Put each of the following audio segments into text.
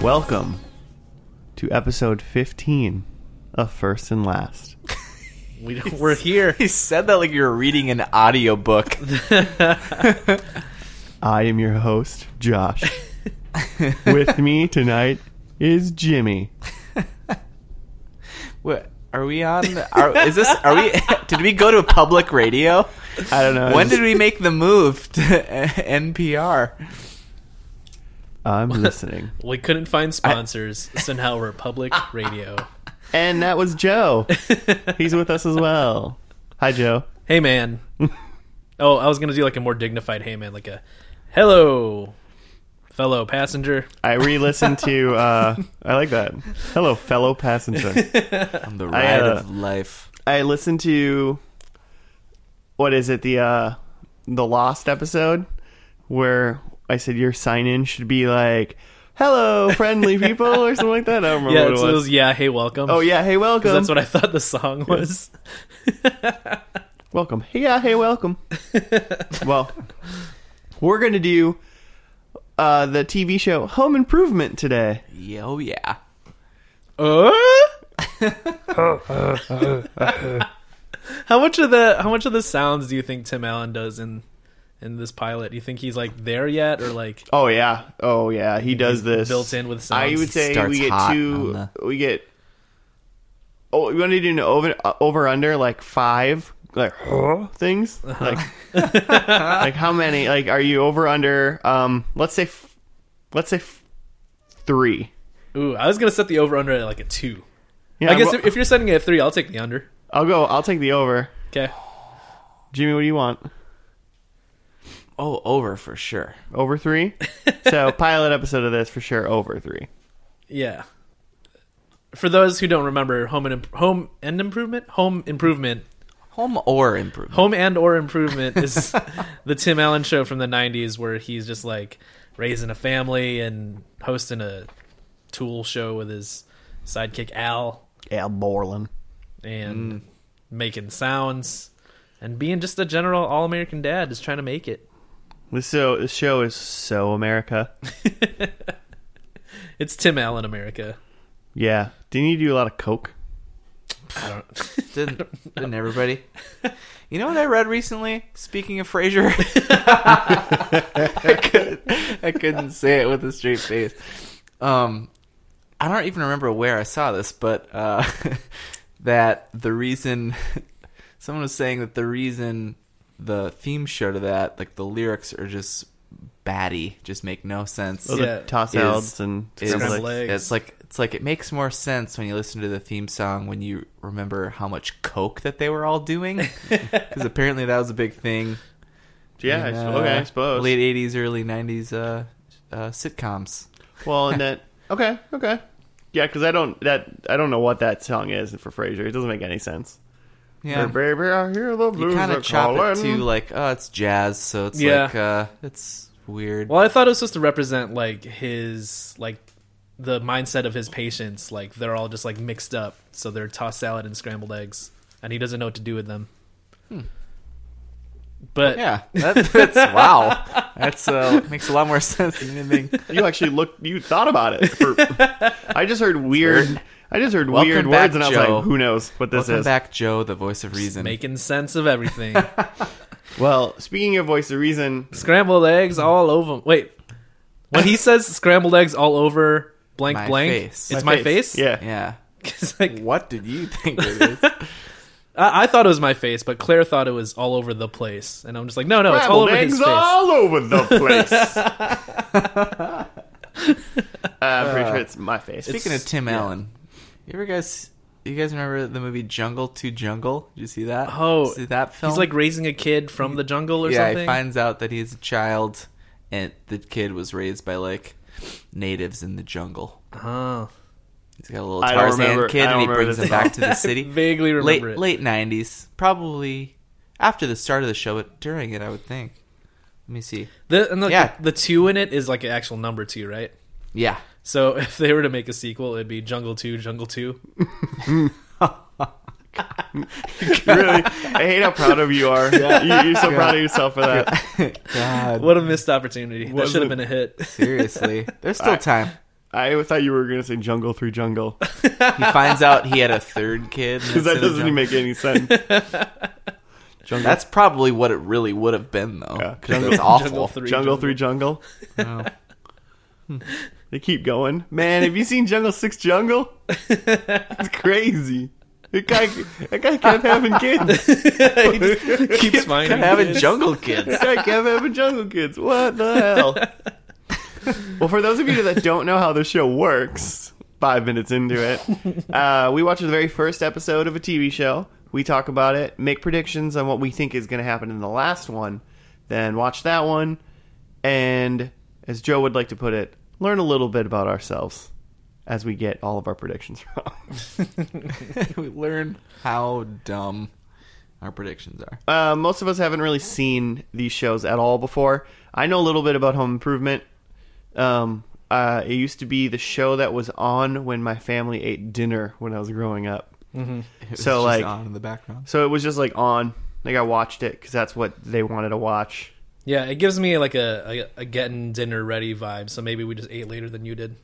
Welcome to episode 15 of First and Last. We, we're here. He said that like you were reading an audiobook. I am your host, Josh. With me tonight is Jimmy. What, are we on? Are, is this? Are we? Did we go to public radio? I don't know. When did we make the move to NPR? I'm listening. We couldn't find sponsors, so now we're public radio. And that was Joe. He's with us as well. Hi, Joe. Hey man. Oh, I was gonna do like a more dignified hey man, like a hello, fellow passenger. I re-listened to. Uh, I like that. Hello, fellow passenger. On the I, ride uh, of life. I listened to what is it the uh the lost episode where I said your sign in should be like hello friendly people or something like that. I don't remember Yeah, what it's, it was. it was yeah. Hey, welcome. oh yeah, hey welcome. 'Cause that's what I thought the song was. welcome. Hey yeah, hey welcome. well, we're gonna do uh the TV show Home Improvement today. Yeah, oh yeah. Uh? how much of the how much of the sounds do you think Tim Allen does in in this pilot? Do you think he's like there yet, or like Oh yeah, oh yeah, he does this built in with sounds? I would say Starts we get hot two. on We get. Oh, you want to do an over uh, over under like five like huh, things Uh-huh. like like how many like are you over under um let's say f- let's say f- three. Ooh, I was gonna set the over under at like a two. Yeah, I guess well, if, if you're setting it at three, I'll take the under. I'll go. I'll take the over. Okay. Jimmy, what do you want? Oh, over for sure. Over three. so pilot episode of this for sure. Over three. Yeah. For those who don't remember, home and imp- home and improvement, home improvement, Home or improvement. home and or improvement is the Tim Allen show from the '90s where he's just like raising a family and hosting a tool show with his sidekick Al Al Borland. and making sounds and being just a general all-American dad, just trying to make it. This show, this show is so America. It's Tim Allen America. Yeah. Didn't you do a lot of coke? I don't. Didn't, didn't everybody? You know what I read recently? Speaking of Frasier, I, could, I couldn't say it with a straight face. Um, I don't even remember where I saw this, but uh, that the reason someone was saying that the reason the theme show to that, like the lyrics are just batty, just make no sense. Those Yeah. are toss is- outs and is- scrambled Scrambled eggs. eggs. it's like it's like it makes more sense when you listen to the theme song when you remember how much coke that they were all doing because apparently that was a big thing. Yeah, I in, s- uh, okay, I suppose. late '80s, early '90s uh, uh, sitcoms. Well, and that okay, okay, yeah, because I don't that I don't know what that song is for Frasier. It doesn't make any sense. Yeah, Hey, baby, I hear the you blues kind are of chop it to calling. like oh, it's jazz, so it's Yeah. like uh, it's weird. Well, I thought it was supposed to represent like his like the mindset of his patients. Like they're all just like mixed up, so they're tossed salad and scrambled eggs, and he doesn't know what to do with them. Hmm. But yeah, that, that's wow. That's uh, makes a lot more sense than anything. You actually looked. You thought about it. For, I just heard weird. I just heard Welcome weird back, words, and I was Joe. like, "Who knows what this Welcome is?" back, Joe, the voice of reason. making sense of everything, Well, speaking of voice of reason, scrambled eggs all over. Wait, when he says scrambled eggs all over blank My blank, face. it's my, face. Yeah, yeah. 'Cause, like What did you think it is? I-, I thought it was my face, but Claire thought it was all over the place, and I'm just like, no, no, Oh, it's all Scrambled over eggs his face. all over the place. Uh, I'm pretty sure it's my face. Speaking It's- of Tim yeah. Allen, you ever guys, you guys remember the movie Jungle to Jungle? Did you see that? Oh, see that film? He's like raising a kid from the jungle or yeah, something. he finds out that he's a child, and the kid was raised by like natives in the jungle. Oh. He's got a little I don't Tarzan remember- I kid, don't and he remember brings this him back to the city. Vaguely late remember it. late nineties, probably after the start of the show, but during it, I would think. Let me see. The, and the, Yeah. the two in it is like an actual number two, right? Yeah, So if they were to make a sequel, it'd be Jungle Two, Jungle Two. really, I hate how proud of you are. You, you're so proud of yourself for that. God, Mm. What a missed opportunity! Was that should it- have been a hit. seriously, there's still time. I thought you were gonna say Jungle Through Jungle He finds out he had a third kid. because that doesn't even make any sense. jungle, That's probably what it really would have been, though. Yeah. 'cause Jungle- it's awful. Jungle Three jungle, Through Jungle. Oh. They keep going. Man, have you seen Jungle Six Jungle? It's crazy. That guy, that guy kept having kids. he just keeps finding Having kids. jungle kids. That guy kept having jungle kids. What the hell? well, for those of you that don't know how the show works, five minutes into it, uh, we watch the very first episode of a TV show. We talk about it, make predictions on what we think is going to happen in the last one, then watch that one, and as Joe would like to put it, learn a little bit about ourselves as we get all of our predictions wrong. we learn how dumb our predictions are. uh, most of us haven't really seen these shows at all before. I know a little bit about Home Improvement. Um, uh, it used to be the show that was on when my family ate dinner when I was growing up. It was So, just like- on in the background. So it was just like on. Like I watched it because that's what they wanted to watch. Yeah, it gives me like a, a, a getting dinner ready vibe. So maybe we just ate later than you did.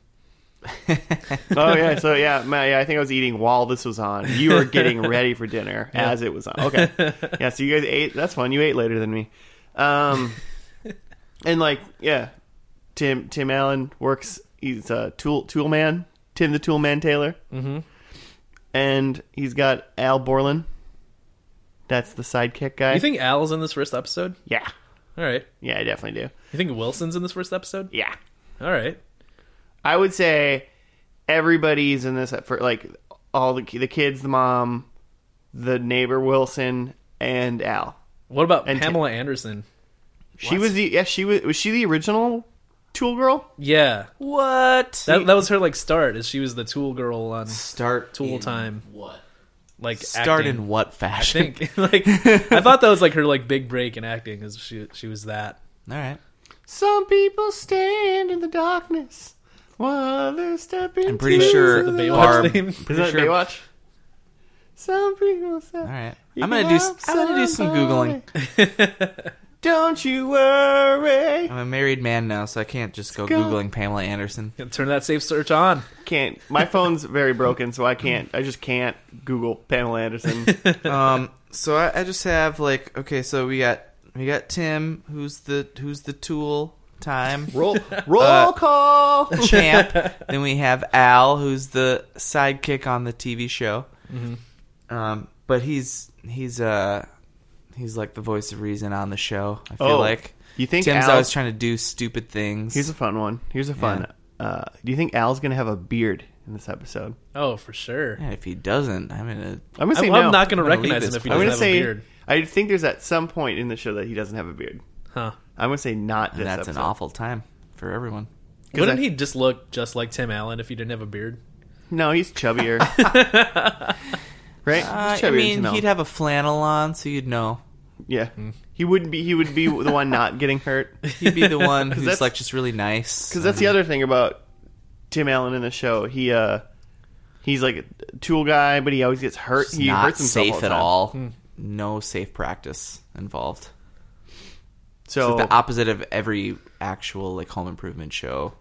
Oh yeah, so yeah, my, yeah, I think I was eating while this was on. You were getting ready for dinner as it was on. Okay, yeah. So you guys ate. That's fun. You ate later than me. Um, and like yeah, Tim Tim Allen works. He's a tool tool man. Tim the tool man Taylor. Mm-hmm. And he's got Al Borland. That's the sidekick guy. You think Al's in this first episode? Yeah, All right. yeah, I definitely do. You think Wilson's in this first episode? Yeah. All right. I would say everybody's in this for like all the the kids, the mom, the neighbor Wilson, and Al. What about And Pamela Anderson? She was the yeah. She was was she the original Tool girl? Yeah, What? that, that was her like start. Is she was the tool girl on start Tool in Time. What? like Start acting, in what I fashion? think like I thought that was like her like big break in acting. Is she she was that? All right. Some people stand in the darkness while they step into. I'm pretty the sure the light. Baywatch our, theme? I'm Is pretty that sure- Baywatch? Some people. Say, All right. You I'm gonna do. can love s- I'm gonna do some googling. somebody. Don't you worry. I'm a married man now, so I can't just go go. googling Pamela Anderson. Turn that safe search on. can't my phone's very broken so i can't i just can't google pamela anderson um. So I, I just have like okay. So we got we got Tim, who's the who's the tool time roll roll Uh, call champ. then we have Al, who's the sidekick on the TV show. Mm-hmm. Um. But he's he's uh he's like the voice of reason on the show. I feel Oh, like you think Tim's Al- always trying to do stupid things. here's a fun one here's a fun uh, do you think al's gonna have a beard in this episode Oh, for sure. Yeah, if he doesn't, uh, I'm gonna. i'm gonna say I'm, no I'm not going to I'm gonna leave recognize him this if he I'm doesn't gonna have say a beard. i think there's at some point in the show that he doesn't have a beard Huh? i'm gonna say not this That's episode. an awful time for everyone. Wouldn't I- he just look just like Tim Allen if he didn't have a beard? no he's chubbier Uh, right He's I chubbier mean, than Al. he'd have a flannel on, so you'd know. yeah he wouldn't be he would be the one not getting hurt He'd be the one who's that's- like just really nice. Because that's the other thing about Tim Allen in the show. He uh, he's like a tool guy, but he always gets hurt. It's he not hurts himself safe all at the time. Hmm. all. No safe practice involved. It's So like the opposite of every actual like home improvement show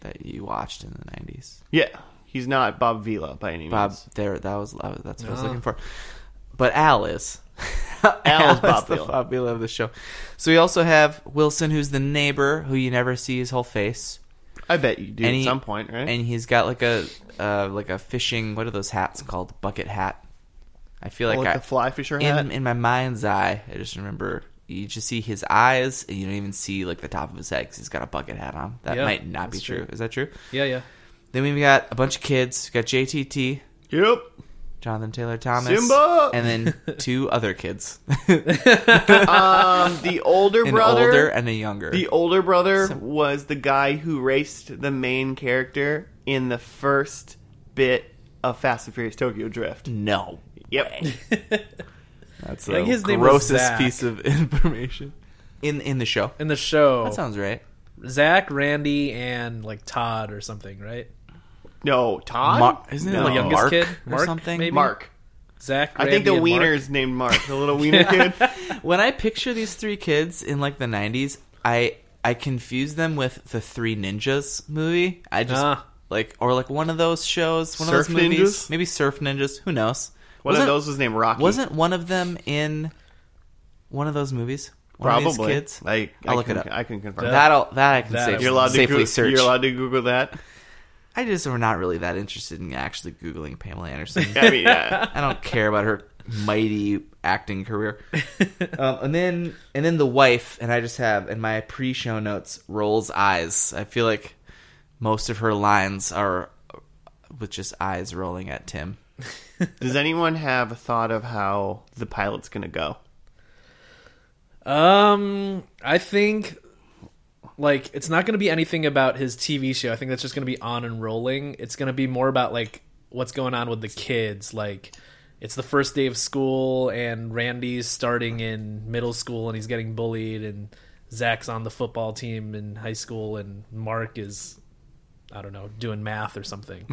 that you watched in the nineties. yeah, he's not Bob Vila by any means. Bob, there, that was that was- that's what I was No. looking for. But Al is. Al is Ah. Bob the Vila. Bob Vila of the show. So we also have Wilson, who's the neighbor, who you never see his whole face. I bet you do and at he- some point, right? and he's got like a uh, like a fishing. What are those hats called? Bucket hat. I feel Oh, like, like, I, the fly fisher hat. in in my mind's eye, I just remember you just see his eyes, and you don't even see like the top of his head because he's got a bucket hat on. That Yeah, might not be that's true. true. Is that true? Yeah, yeah. Then we've got a bunch of kids. We've got JTT, yep. Jonathan Taylor Thomas, Simba! and then two other kids, Um, the older an brother. older and a younger. the older brother was the guy who raced the main character in the first bit of Fast and Furious Tokyo Drift. no, Yep. that's the Like, his name was grossest Zach. piece of information in in the show. In the show, That sounds right. Zach, Randy, and like Todd or something, right? No, Todd. Mar- isn't No. it The like youngest Mark kid, or Mark, something? Maybe? Mark. Zach. I think Randy, the and Mark. wiener's named Mark. The little wiener kid. When I picture these three kids in like the '90s, I I confuse them with the Three Ninjas movie. I just Ah. like or like one of those shows, one Surf of those movies, ninjas? maybe Surf Ninjas. Who knows? One Wasn't- of those was named Rocky. Wasn't one of them in one of those movies? One probably Of these kids. Like, I'll I look can, it up. I can confirm that. That'll that I can That safe- I You're allowed to safely Goo- search. You're allowed to Google that. I just am not really that interested in actually googling Pamela Anderson. I mean, yeah. I don't care about her mighty acting career. um, and then and then the wife and I just have in my pre-show notes rolls eyes. I feel like most of her lines are with just eyes rolling at Tim. Does anyone have a thought of how the pilot's going to go? Um, I think like it's not going to be anything about his TV show. I think that's just going to be on and rolling. It's going to be more about like what's going on with the kids. Like it's the first day of school and Randy's starting in middle school and he's getting bullied and Zach's on the football team in high school and Mark is I don't know doing math or something.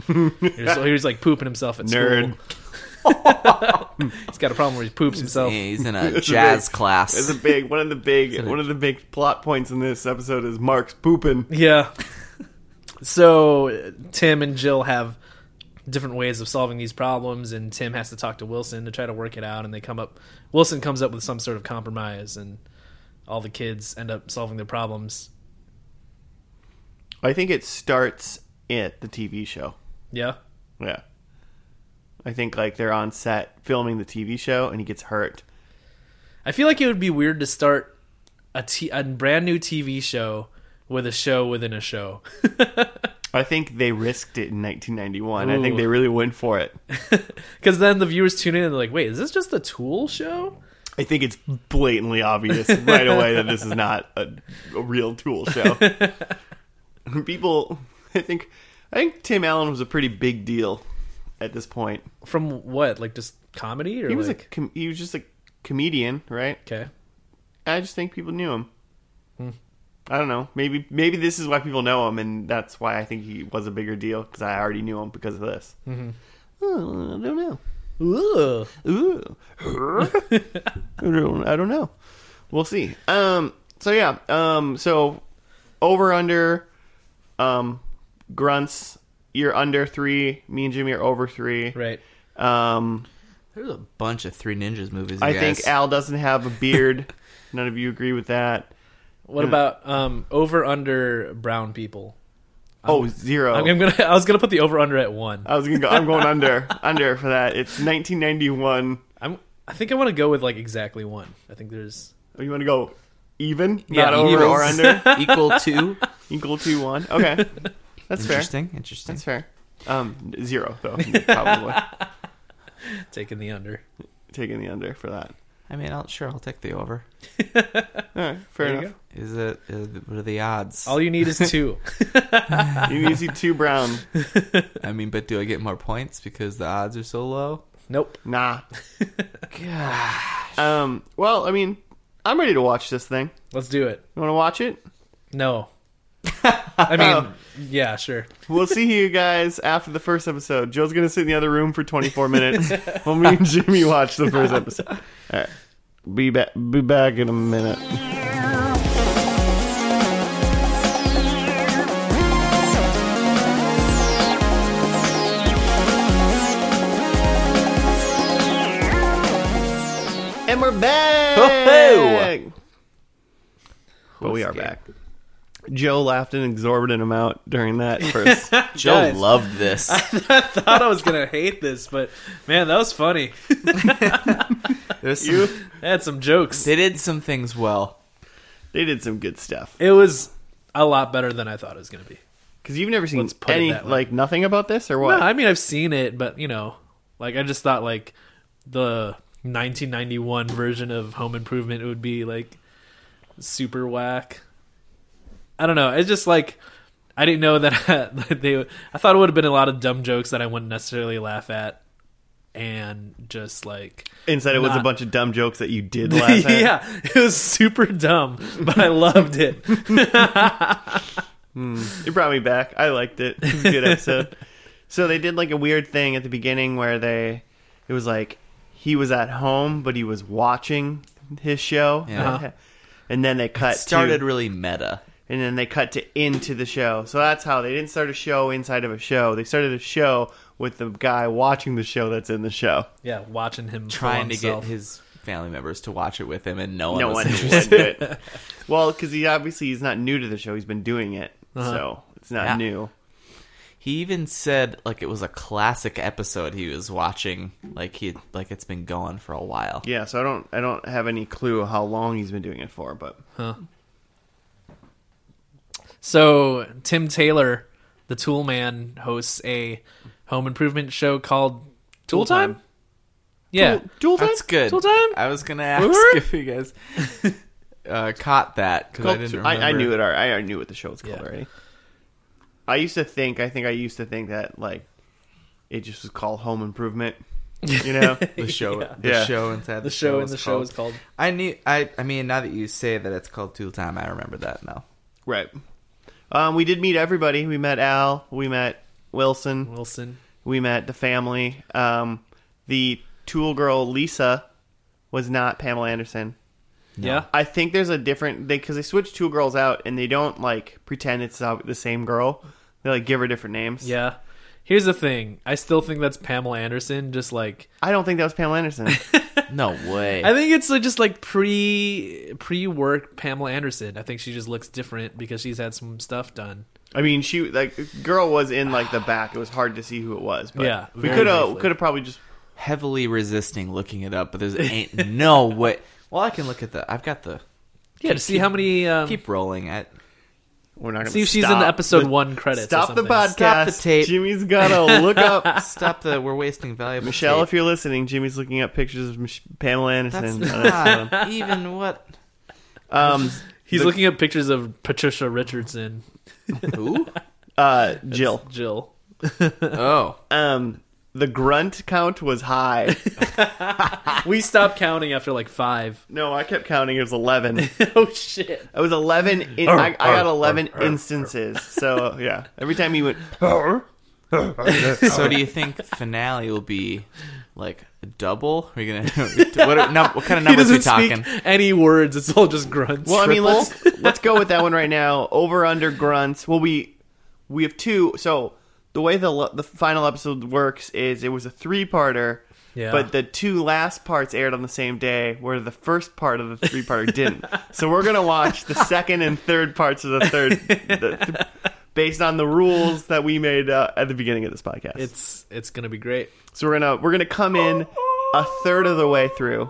he, was, he was, like pooping himself at Nerd. school. he's got a problem where he poops Oh. himself. He's in a jazz class. It's a big one of the big one of the big plot points in this episode is Mark's pooping. Yeah. so uh, Tim and Jill have different ways of solving these problems, and Tim has to talk to Wilson to try to work it out, and they come up. Wilson comes up with some sort of compromise, and all the kids end up solving their problems. I think it starts at the TV show. Yeah. Yeah. I think like they're on set filming the TV show and he gets hurt. I feel like it would be weird to start a, t- a brand new TV show with a show within a show. I think they risked it in 1991. I Ooh. think they really went for it. Because then the viewers tune in and they're like, wait, is this just a tool show? I think it's blatantly obvious right away that this is not a, a real Tool show. People, I think, I think Tim Allen was a pretty big deal at this point. From what? Like just comedy? Or He was a like. com- he was just a comedian, right? okay. I just think people knew him. I don't know. Maybe maybe this is why people know him, and that's why I think he was a bigger deal because I already knew him because of this. Oh, I don't know. Ooh. Ooh. I don't I don't know. We'll see. Um. So yeah. Um. So over under. Um. Grunts. You're under three. Me and Jimmy are over three. Right. Um. There's a bunch of Three Ninjas movies. You I guys. think Al doesn't have a beard. None of you agree with that. What about um over under brown people? Oh, zero. I'm, I'm gonna. I was gonna put the over under at one. I was gonna go. I'm going under, under for that. It's 1991. I'm. I think I want to go with like exactly one. I think there's. Oh, you want to go even, Yeah, not over evens. or under, equal to. equal to one. Okay, that's fair. interesting, interesting. That's fair. Um, zero though, probably Taking the under. taking the under for that. I mean, I'll, sure, I'll take the over. All right, fair There you enough. Is it? Is, what are the odds? All you need is two. You, need to see two brown. I mean, but do I get more points because the odds are so low? nope. Nah. God. Um. Well, I mean, I'm ready to watch this thing. Let's do it. You want to watch it? No. I mean, yeah, sure. We'll see you guys after the first episode. Joe's gonna sit in the other room for 24 minutes while me and Jimmy watch the first episode. All right, be back. Be back in a minute. And we're back. But we are back. Joe laughed an exorbitant amount during that first. Joe Guys. loved this. Thought I was gonna hate this, but man, that was funny. There's some- I had some jokes. they did some things well. they did some good stuff It was a lot better than I thought it was gonna be. because you've never seen Let's put it any that way. like nothing about this or what. No, I mean I've seen it, but you know, like I just thought like the 1991 version of Home Improvement would be like super whack. I don't know. It's just like I didn't know that, that they. I thought it would have been a lot of dumb jokes that I wouldn't necessarily laugh at, and just like Instead, it was a Not- bunch of dumb jokes that you did laugh at. yeah, it was super dumb, but I loved it. Hmm. It brought me back. I liked it. It was a good episode. so they did like a weird thing at the beginning where they, it was like he was at home but he was watching his show. Yeah. Uh-huh. And then they cut. Started To, really meta. and then they cut to into the show. So that's how they didn't start a show inside of a show. They started a show with the guy watching the show that's in the show. Yeah, watching him fool trying to get himself. his family members to watch it with him, and no one. no was one would interested. do it. Well, because he obviously he's not new to the show. He's been doing it, so it's not Yeah. new. He even said like it was a classic episode he was watching, like he like it's been going for a while. Yeah, so I don't I don't have any clue how long he's been doing it for, but So Tim Taylor, the Tool Man, hosts a home improvement show called Tool, Time. Time. Yeah, Dual time? That's good. Tool time? I was gonna ask Woohoo! if you guys uh, caught that because I didn't. I, Remember. I knew it. already. I already knew what the show was called Yeah. already. I used to think. I think I used to think that like it just was called Home Improvement. You know, The show, the Yeah. show inside the, the show is and the show is called. I knew. I I mean, now that you say that it's called Tool Time, I remember that now. right? Um, we did meet everybody. We met Al. We met Wilson. Wilson. We met the family. Um, the tool girl Lisa was not Pamela Anderson. Yeah, I think there's a different they because they switch two girls out and they don't like pretend it's uh, the same girl. They like give her different names. yeah. Here's the thing. I still think that's Pamela Anderson. Just like I don't think that was Pamela Anderson. No way. I think it's like, just like pre pre work Pamela Anderson. I think she just looks different because she's had some stuff done. I mean, she like girl was in like the back. It was hard to see who it was. But Yeah, we very could have briefly. could have probably just Heavily resisting looking it up, but there's ain't no way. Well, I can look at the. I've got the. Yeah, to see how many. Um, Keep rolling. I, we're not gonna see if she's in stop the episode the- one credits. or Stop the something. podcast. Stop the tape. Jimmy's gotta look up stop the. We're wasting valuable. Michelle. tape. If you're listening, Jimmy's looking up pictures of Mich- Pamela That's Anderson. not even what. um, He's The- looking at pictures of Patricia Richardson, Who? uh, Jill. Jill. Oh, Um, the grunt count was high. We stopped counting after like five. No, I kept counting. It was eleven. oh shit! It was eleven. In, I, I got eleven instances. so yeah, every time he went, so do you think finale will be like double? Are you gonna what, no, what kind of He numbers are we doesn't talking? speak any words. It's all just grunts. well, I mean, Triple? let's let's go with that one right now. Over under grunts. Well, we we have two. So the way the lo- the final episode works is it was a three parter. Yeah. But the two last parts aired on the same day, where the first part of the three parter didn't. So we're gonna watch the second and third parts of the third, the, th- based on the rules that we made uh, at the beginning of this podcast. it's it's gonna be great. So we're gonna we're gonna come in a third of the way through.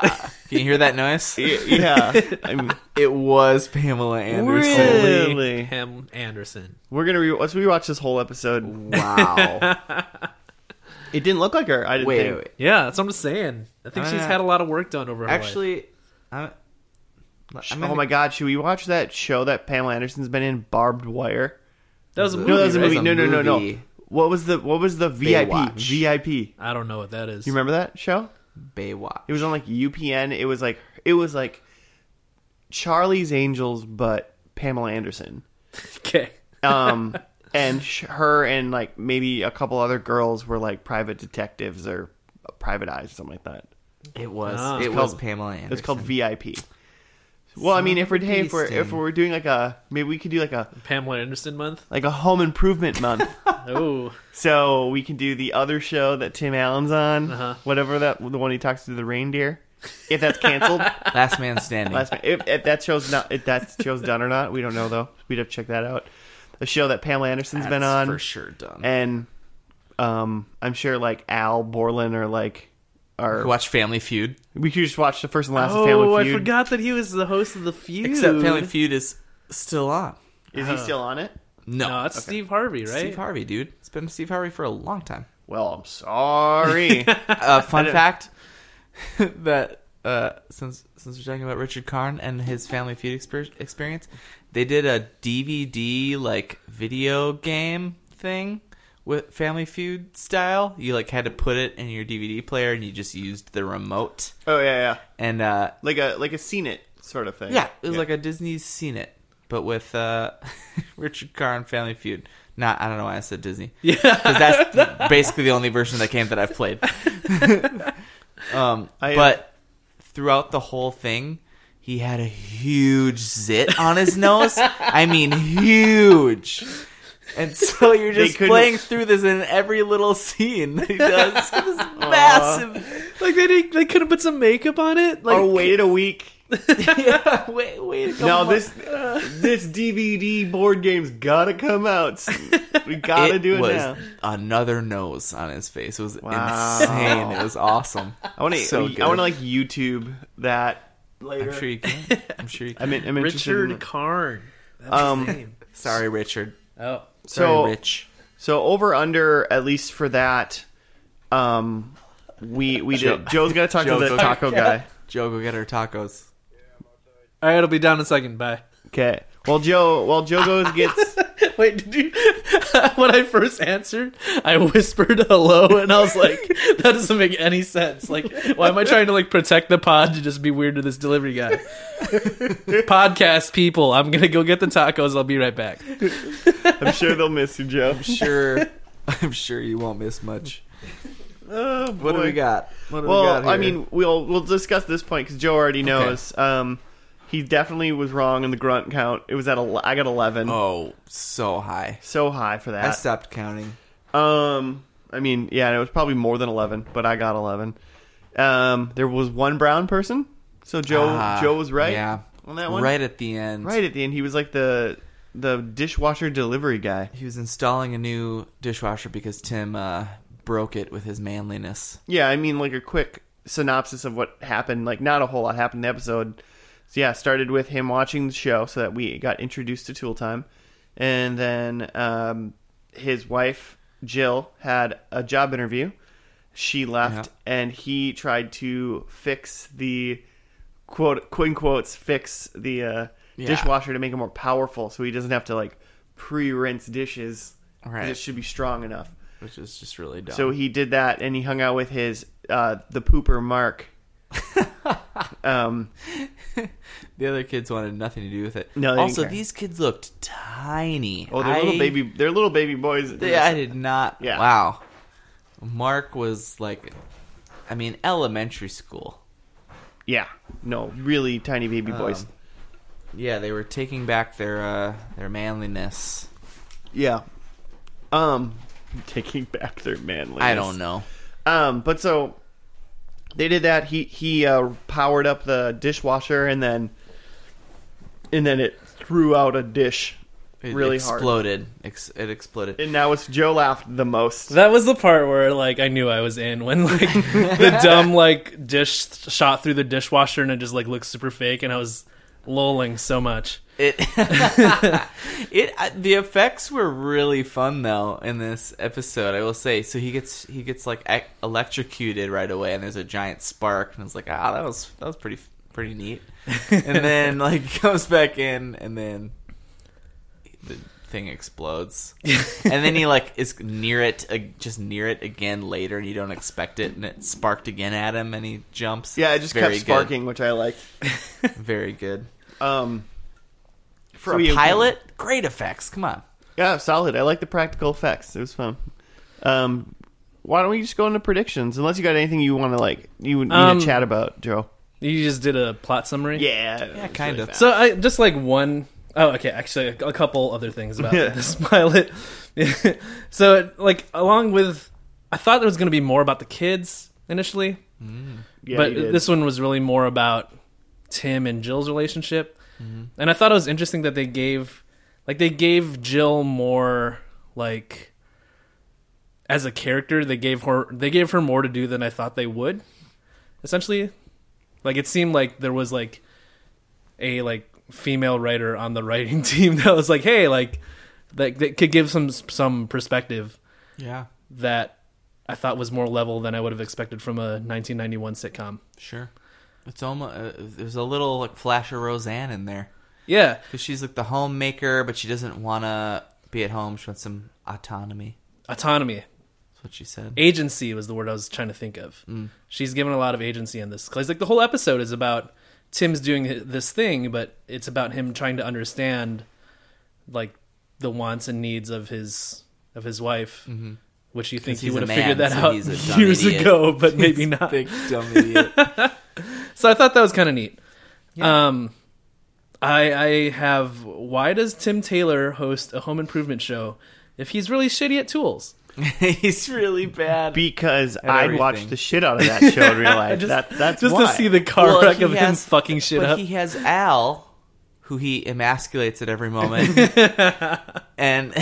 Can you hear that noise? Yeah, I'm, It was Pamela Anderson. Really? Only Pam Anderson. we're gonna re- let's rewatch this whole episode. Wow. It didn't look like her. I didn't Wait, wait, think. wait. Yeah, that's what I'm saying. I think Uh, she's had a lot of work done over her life. Actually, I'm, oh I'm gonna- my god, should we watch that show that Pamela Anderson's been in, Barbed Wire? that was a movie. No, that was a right? movie. a No, no, no, no. movie. What was the what was the VIP Baywatch. VIP? You I don't know what that is. remember that show? Baywatch. It was on like UPN. It was like it was like Charlie's Angels, but Pamela Anderson. Okay. um and sh- her and like maybe a couple other girls were like private detectives or private eyes or something like that It was. Ah. it It's was called- Pamela Anderson. it's called vip well i mean if we're hey, if we're if Interesting. we're doing like a maybe we could do like a Pamela Anderson month. like a home improvement month Oh, so we can do the other show that tim allen's on Uh-huh. whatever that the one he talks to the reindeer if that's canceled Last Man Standing. last minute. If, if that show's not if that show's done or not we don't know though we'd have to check that out a show that pamela anderson's That's been on for sure done. and um, I'm sure like Al Borland or like You or Watch Family Feud. we could just watch the first and last of oh! Family I Feud. forgot that he was the host of the feud. Except Family Feud is still on. Is he still on it? No, No, that's Steve Harvey, right? Steve Harvey, dude. It's been Steve Harvey for a long time. Well, I'm sorry. Uh, fun fact that uh, since since we're talking about Richard Karn and his Family Feud exper- experience, they did a DVD like video game thing with Family Feud style. You like had to put it in your DVD player, and you just used the remote. oh yeah, yeah, And uh, like a like a seen it sort of thing. yeah, it was like a Disney's seen it, but with uh, Richard Karn Family Feud. Not, I don't know why I said Disney. Yeah. because that's basically the only version that came that I've played. um, I- uh, but throughout the whole thing, He had a huge zit on his nose. I mean, huge. And so you're They just couldn't- playing through this in every little scene that he does. This massive. Like they didn't, they could have put some makeup on it. Like or waited Oh, a week. yeah, wait, wait. a couple No, months. this this DVD board game's gotta come out. We gotta it do it was now. another nose on his face. It was Wow. insane. It was awesome. I want to. so good. I want to like YouTube that later. I'm sure you can. I'm sure you can. I'm, in, I'm interested. in- Richard Karn. That's Um, his name. Sorry, Richard. Oh, Sorry, So- Rich. So over under at least for that. Um, we we Joe- did. Joe's gotta talk Joe, to go the get- taco guy. Joe, go get our tacos. all right. I'll be down in a second. Bye. Okay. Well, Joe. Well, Joe goes gets. Wait, did you? when I first answered, I whispered hello, and I was like, "That doesn't make any sense. Like, why am I trying to like protect the pod to just be weird to this delivery guy?" Podcast people, I'm gonna go get the tacos. I'll be right back. I'm sure they'll miss you, Joe. Sure. I'm sure you won't miss much. Oh, What do boy. we got? What do we Well, got here? I mean, we'll we'll discuss this point because Joe already knows. Um, he definitely was wrong in the grunt count. It was at ele- I got eleven, oh, so high. so high for I that. stopped counting. um, I mean, yeah, it was probably more than eleven, but I got eleven. Um, there was one brown person, so Joe Ah, Joe was right Yeah, on that one. right at the end. right at the end, he was like the the dishwasher delivery guy. He was installing a new dishwasher because Tim uh, broke it with his manliness. Yeah, I mean, like a quick synopsis of what happened. Like, not a whole lot happened in the episode. So, yeah, it started with him watching the show so that we got introduced to Tool Time. And then um, his wife, Jill, had a job interview. She left, and he tried to fix the quote, quote unquotes, fix the uh, Yeah. dishwasher to make it more powerful so he doesn't have to, like, pre rinse dishes. Right. It should be strong enough. which is just really dumb. So he did that, and he hung out with his uh, the pooper Mark. um, the other kids wanted nothing to do with it. No, they didn't also care. these kids looked tiny. oh, they're I- little baby, they're little baby boys. They, I did not. Yeah. Wow. Mark was like, I mean, elementary school. yeah, no, really tiny baby boys. Um, Yeah, they were taking back their uh, their manliness. Yeah, um, taking back their manliness. I don't know. Um, but so they did that. He he uh, powered up the dishwasher, and then and then it threw out a dish It really hard. exploded. Ex- it exploded. And now it's Joe laughed the most. That was the part where like I knew I was in when like the dumb like dish shot through the dishwasher and it just like looked super fake, and I was lolling so much. It, it I- the effects were really fun though in this episode. I will say. So he gets he gets like ec- electrocuted right away, and there's a giant spark, and it's like, ah, that was that was pretty pretty neat. and then like he comes back in, and then the thing explodes, and then he like is near it, uh, just near it again later, and you don't expect it, and it sparked again at him, and he jumps. Yeah, it just Very kept good. sparking, which I liked. Very good Um, for So a you- pilot. Great effects. Come on. Yeah, solid. I like the practical effects. It was fun. Um, why don't we just go into predictions? Unless you got anything you want to like, you need Um, to chat about, Joe. You just did a plot summary. Yeah, yeah, kind of. So I just like one oh okay, actually a, a couple other things about Yeah. this pilot. so it, like along with I thought there was going to be more about the kids initially, yeah, but you did. this one was really more about Tim and Jill's relationship. Mm-hmm. And I thought it was interesting that they gave like they gave Jill more like as a character, they gave her they gave her more to do than I thought they would. Essentially, like it seemed like there was like a like female writer on the writing team that was like, "Hey, like that, that could give some some perspective Yeah. that I thought was more level than I would have expected from a 1991 sitcom." Sure. It's almost uh, there's a little like flash of Roseanne in there Yeah, because she's like the homemaker, but she doesn't want to be at home. She wants some autonomy. autonomy, That's what she said. agency was the word I was trying to think of. Mm. She's given a lot of agency in this because like the whole episode is about Tim's doing hi- this thing, but it's about him trying to understand like the wants and needs of his of his wife. Which you think Mm-hmm. 'Cause he he's would a have man, figured that so out he's a dumb years idiot. ago, but maybe not. dumb idiot. So I thought that was kind of neat. Um, I I have. Why does Tim Taylor host a home improvement show if he's really shitty at tools? He's really bad. because At I'd watch everything. the shit out of that show in real life. Just- that, that's just why. to see the car Well, wreck he of him has- fucking shit but up. he has Al, who he emasculates at every moment, and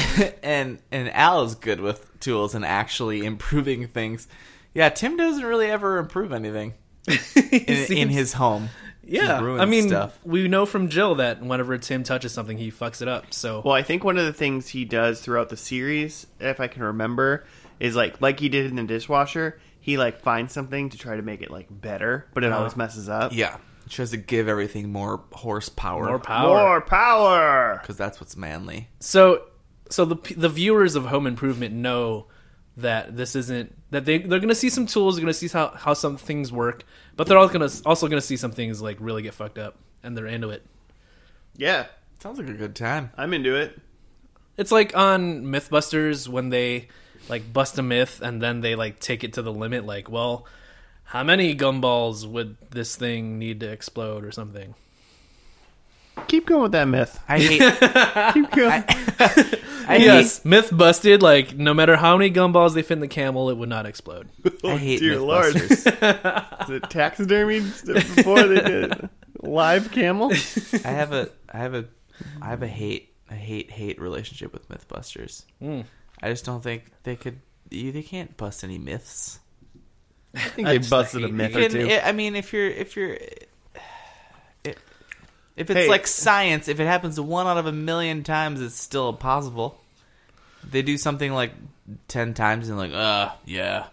and and Al is good with tools and actually improving things. Yeah, Tim doesn't really ever improve anything He in, in seems- his home. yeah. He ruins I mean, stuff. we know from Jill that whenever Tim touches something, he fucks it up. So Well, I think one of the things he does throughout the series, if I can remember, is like like he did in the dishwasher. He like finds something to try to make it like better, but Uh, it always messes up. Yeah, he tries to give everything more horsepower. more power. More power. because that's what's manly. So, so the p- the viewers of Home Improvement know that this isn't that they they're gonna see some tools, they're gonna see how how some things work, but they're all gonna also gonna see some things like really get fucked up, and they're into it. Yeah, Sounds like a good time. I'm into it. It's like on MythBusters when they like bust a myth and then they like take it to the limit. Like, well, how many gumballs would this thing need to explode or something? Keep going with that myth. I hate. Keep going. I yes, myth busted. Like, no matter how many gumballs they fit in the camel, it would not explode. hate. I hate Oh, Dear Lord. Mythbusters. Is it taxidermy before they did it? live camel? I have a I have a I have a hate a hate hate relationship with MythBusters. Hmm. I just don't think they could. You, they can't bust any myths. I think I they just busted a hate myth you. or Can- two. I I mean, if you're if you're it- if it's Hey. like science, if it happens one out of a million times, it's still possible. They do something like ten times and like, uh, yeah,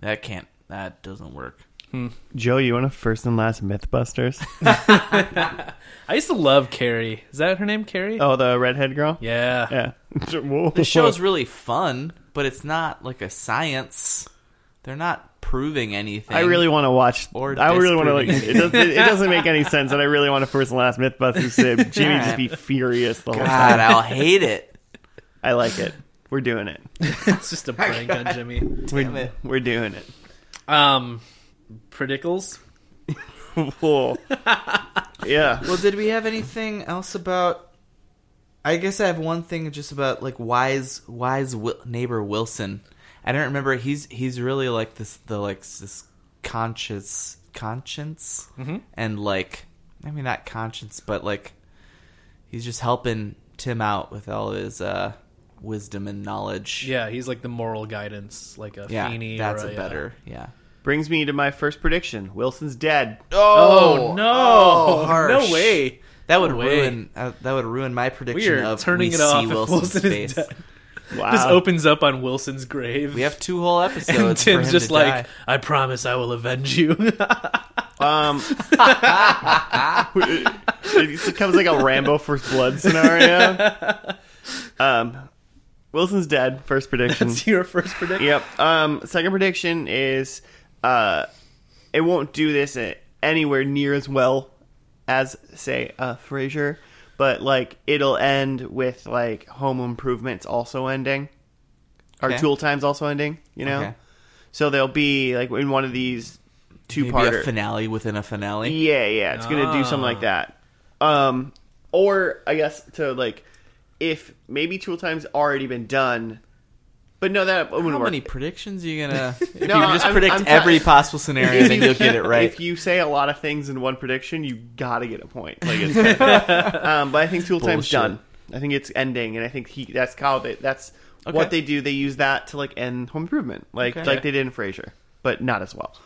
that can't, that doesn't work. Joe, you want a first and last MythBusters? I used to love Carrie. Is that her name, Carrie? oh, the redhead girl. Yeah. Yeah. The show's really fun, but it's not like a science. They're not proving anything. I really want to watch. Or I really want to like. disproving. It, does, it, it doesn't make any sense, and I really want to first and last MythBusters. Say Jimmy just be furious the whole time. God, I'll hate it. I like it. We're doing it. it's just a prank on Jimmy. Damn it. We're doing it. Um, predicles. Cool. yeah. Well, did we have anything else about? I guess I have one thing just about like wise wise Wil- neighbor Wilson. I don't remember. He's he's really like this the like s- this conscious conscience Mm-hmm. and like I mean not conscience but like he's just helping Tim out with all his uh, wisdom and knowledge. Yeah, he's like the moral guidance, like a yeah, Feeny. that's or a, a, uh, better yeah. Brings me to my first prediction. Wilson's dead. Oh, no! Oh, harsh. No way! That would No way. ruin uh, that would ruin my prediction We are of turning we it see off. if Wilson's Wilson face. Ah. is dead. Wow. Just opens up on Wilson's grave. We have two whole episodes. and for Tim's him just to like, die. "I promise, I will avenge you." Um, it becomes like a Rambo First Blood scenario. Um, Wilson's dead. First prediction. That's your first prediction. Yep. Um, second prediction is uh, it won't do this a- anywhere near as well as say uh, Frasier, but like it'll end with like Home Improvements also ending, or Okay. Tool Time's also ending. You know, Okay. so there'll be like in one of these two maybe a parter. finale within a finale. Yeah, yeah, it's gonna do something Ah. like that. Um, or I guess to like, if maybe Tool Time's already been done, but no, that wouldn't How work. many predictions are you gonna? if you No, just I'm- predict I'm try- every possible scenario, then you'll get it right. If you say a lot of things in one prediction, you gotta get a point. Like it's um, but I think Tool Time's Bullshit. done. I think it's ending, and I think he that's how they that's Okay. what they do. They use that to like end Home Improvement, like Okay. like they did in Frasier, but not as well.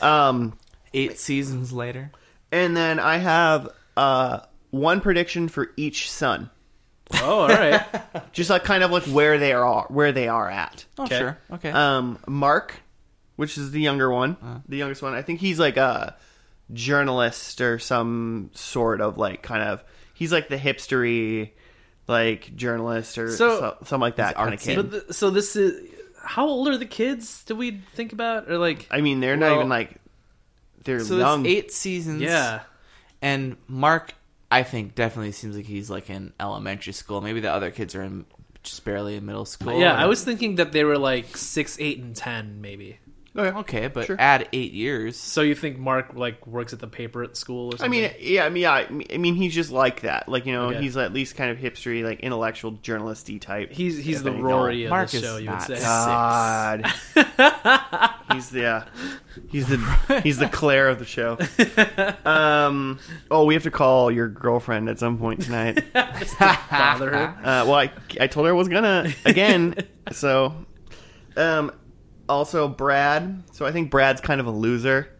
Um, Eight seasons later, and then I have uh one prediction for each son, Oh, all right. just like kind of like where they are where they are at. oh Okay. sure, okay. um Mark, which is the younger one, Uh-huh. the youngest one. I think he's like a journalist or some sort of like kind of he's like the hipstery like journalist or So- so, something like that kind of artsy. kid. But th- so this is how old are the kids? Do we think about or like? I mean, they're not Well- even like they're so young. it's eight seasons. Yeah, and Mark, I think definitely seems like he's like in elementary school. Maybe the other kids are in just barely in middle school. yeah. and- I was thinking that they were like six, eight, and ten, maybe. Okay. Okay, but Sure. add eight years. So you think Mark like works at the paper at school or I something? mean, yeah, I mean, yeah, I mean- I mean, he's just like that. Like you know, Okay. he's at least kind of hipstery, like intellectual journalisty type. he's he's If the any- Rory of Mark the is show. You would not. say. God. he's the uh, he's the he's the Claire of the show. Um. Oh, we have to call your girlfriend at some point tonight. Bother her. Uh, well, I, I told her I was gonna again. so, um, also Brad. So I think Brad's kind of a loser.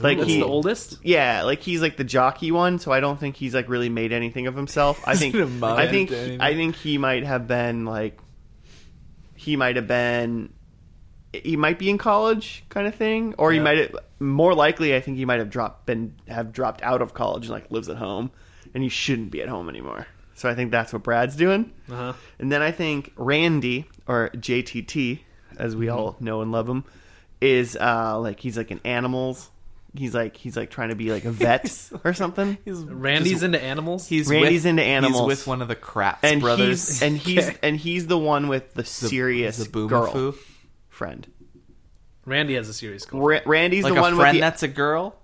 Like That's he, the oldest. yeah, like he's like the jockey one. So I don't think he's like really made anything of himself. I think Didn't amount I think to anything. I think he might have been like he might have been he might be in college kind of thing, or he Yeah. might have more likely. I think he might have dropped been have dropped out of college and like lives at home, and he shouldn't be at home anymore. So I think that's what Brad's doing. Uh-huh. And then I think Randy or JTT, as Mm-hmm. we all know and love him, is uh like he's like an animals. He's like he's like trying to be like a vet or something. He's Randy's just- into animals. he's Randy's with, into He's animals. with one of the Kratz And brothers. he's and he's and he's the one with the The- serious the boomafoo. girl friend. Randy has a serious cold. Ra- Randy's like the a one friend with the that's a girl.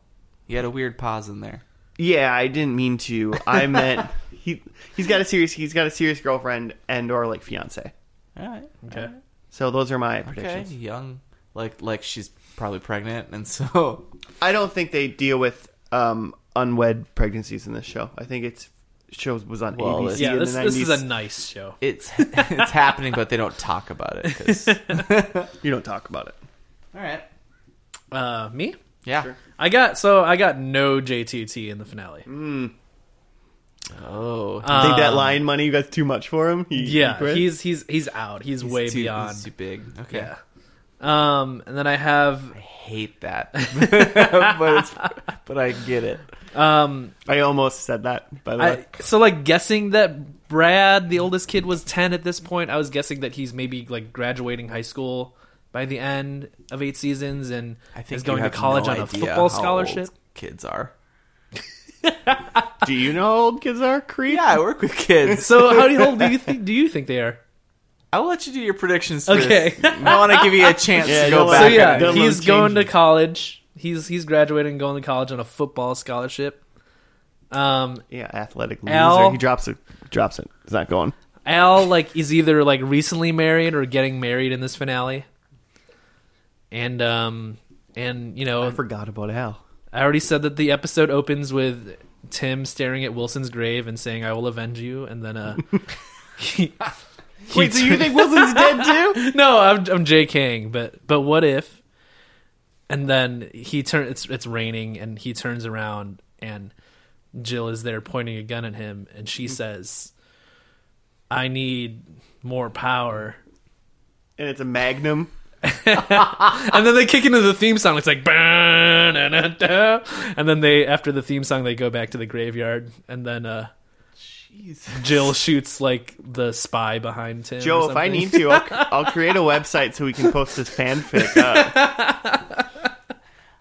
You had a weird pause in there. Yeah, I didn't mean to. I meant he he's got a serious he's got a serious girlfriend and or like fiance. All right. Okay. So those are my Okay. predictions. Young, like like she's probably pregnant, and so I don't think they deal with um, unwed pregnancies in this show. I think it's shows was on Well, ABC Yeah, in this, the this nineties. is a nice show. it's it's happening, but they don't talk about it. 'cause- you don't talk about it. All right. Uh, me? Yeah. I got so I got no JTT in the finale. Mm. Oh, I think that Um, lion money you got too much for him. He, he Yeah, quit? he's he's he's out. He's, he's way too, beyond. he's too big. Okay. yeah. Um, and then I have I hate that, but it's, but I get it. um, I almost said that by the way. I, so like guessing that Brad, the oldest kid, was ten at this point. I was guessing that he's maybe like graduating high school by the end of eight seasons, and I think is you going to have college no on a idea football how scholarship. old Kids are. Do you know how old kids are? Creep. Yeah, I work with kids. So how old do you think do you think they are? I'll let you do your predictions. First. Okay. I want to give you a chance Yeah, to don't go let- back. so Okay, yeah, don't let he's him going to change college. He's he's graduating, and going to college on a football scholarship. Um, Yeah, athletic loser. Al. He drops it. Drops it. He's not going. Al like is either like recently married or getting married in this finale, and um and you know I forgot about Al. I already said that the episode opens with Tim staring at Wilson's grave and saying, "I will avenge you," and then uh. he- he Wait, so you turn- think Wilson's dead too? no, I'm I'm JKing, but but what if? And then he turn it's it's raining and he turns around and Jill is there pointing a gun at him and Mm. she says, "I need more power." And it's a Magnum. And then they kick into the theme song. It's like, "Ba-na-na-da." and then they after the theme song they go back to the graveyard and then uh, Jeez. Jill shoots like the spy behind Tim. or Joe, if I something. need to, I'll, I'll create a website so we can post this fanfic up.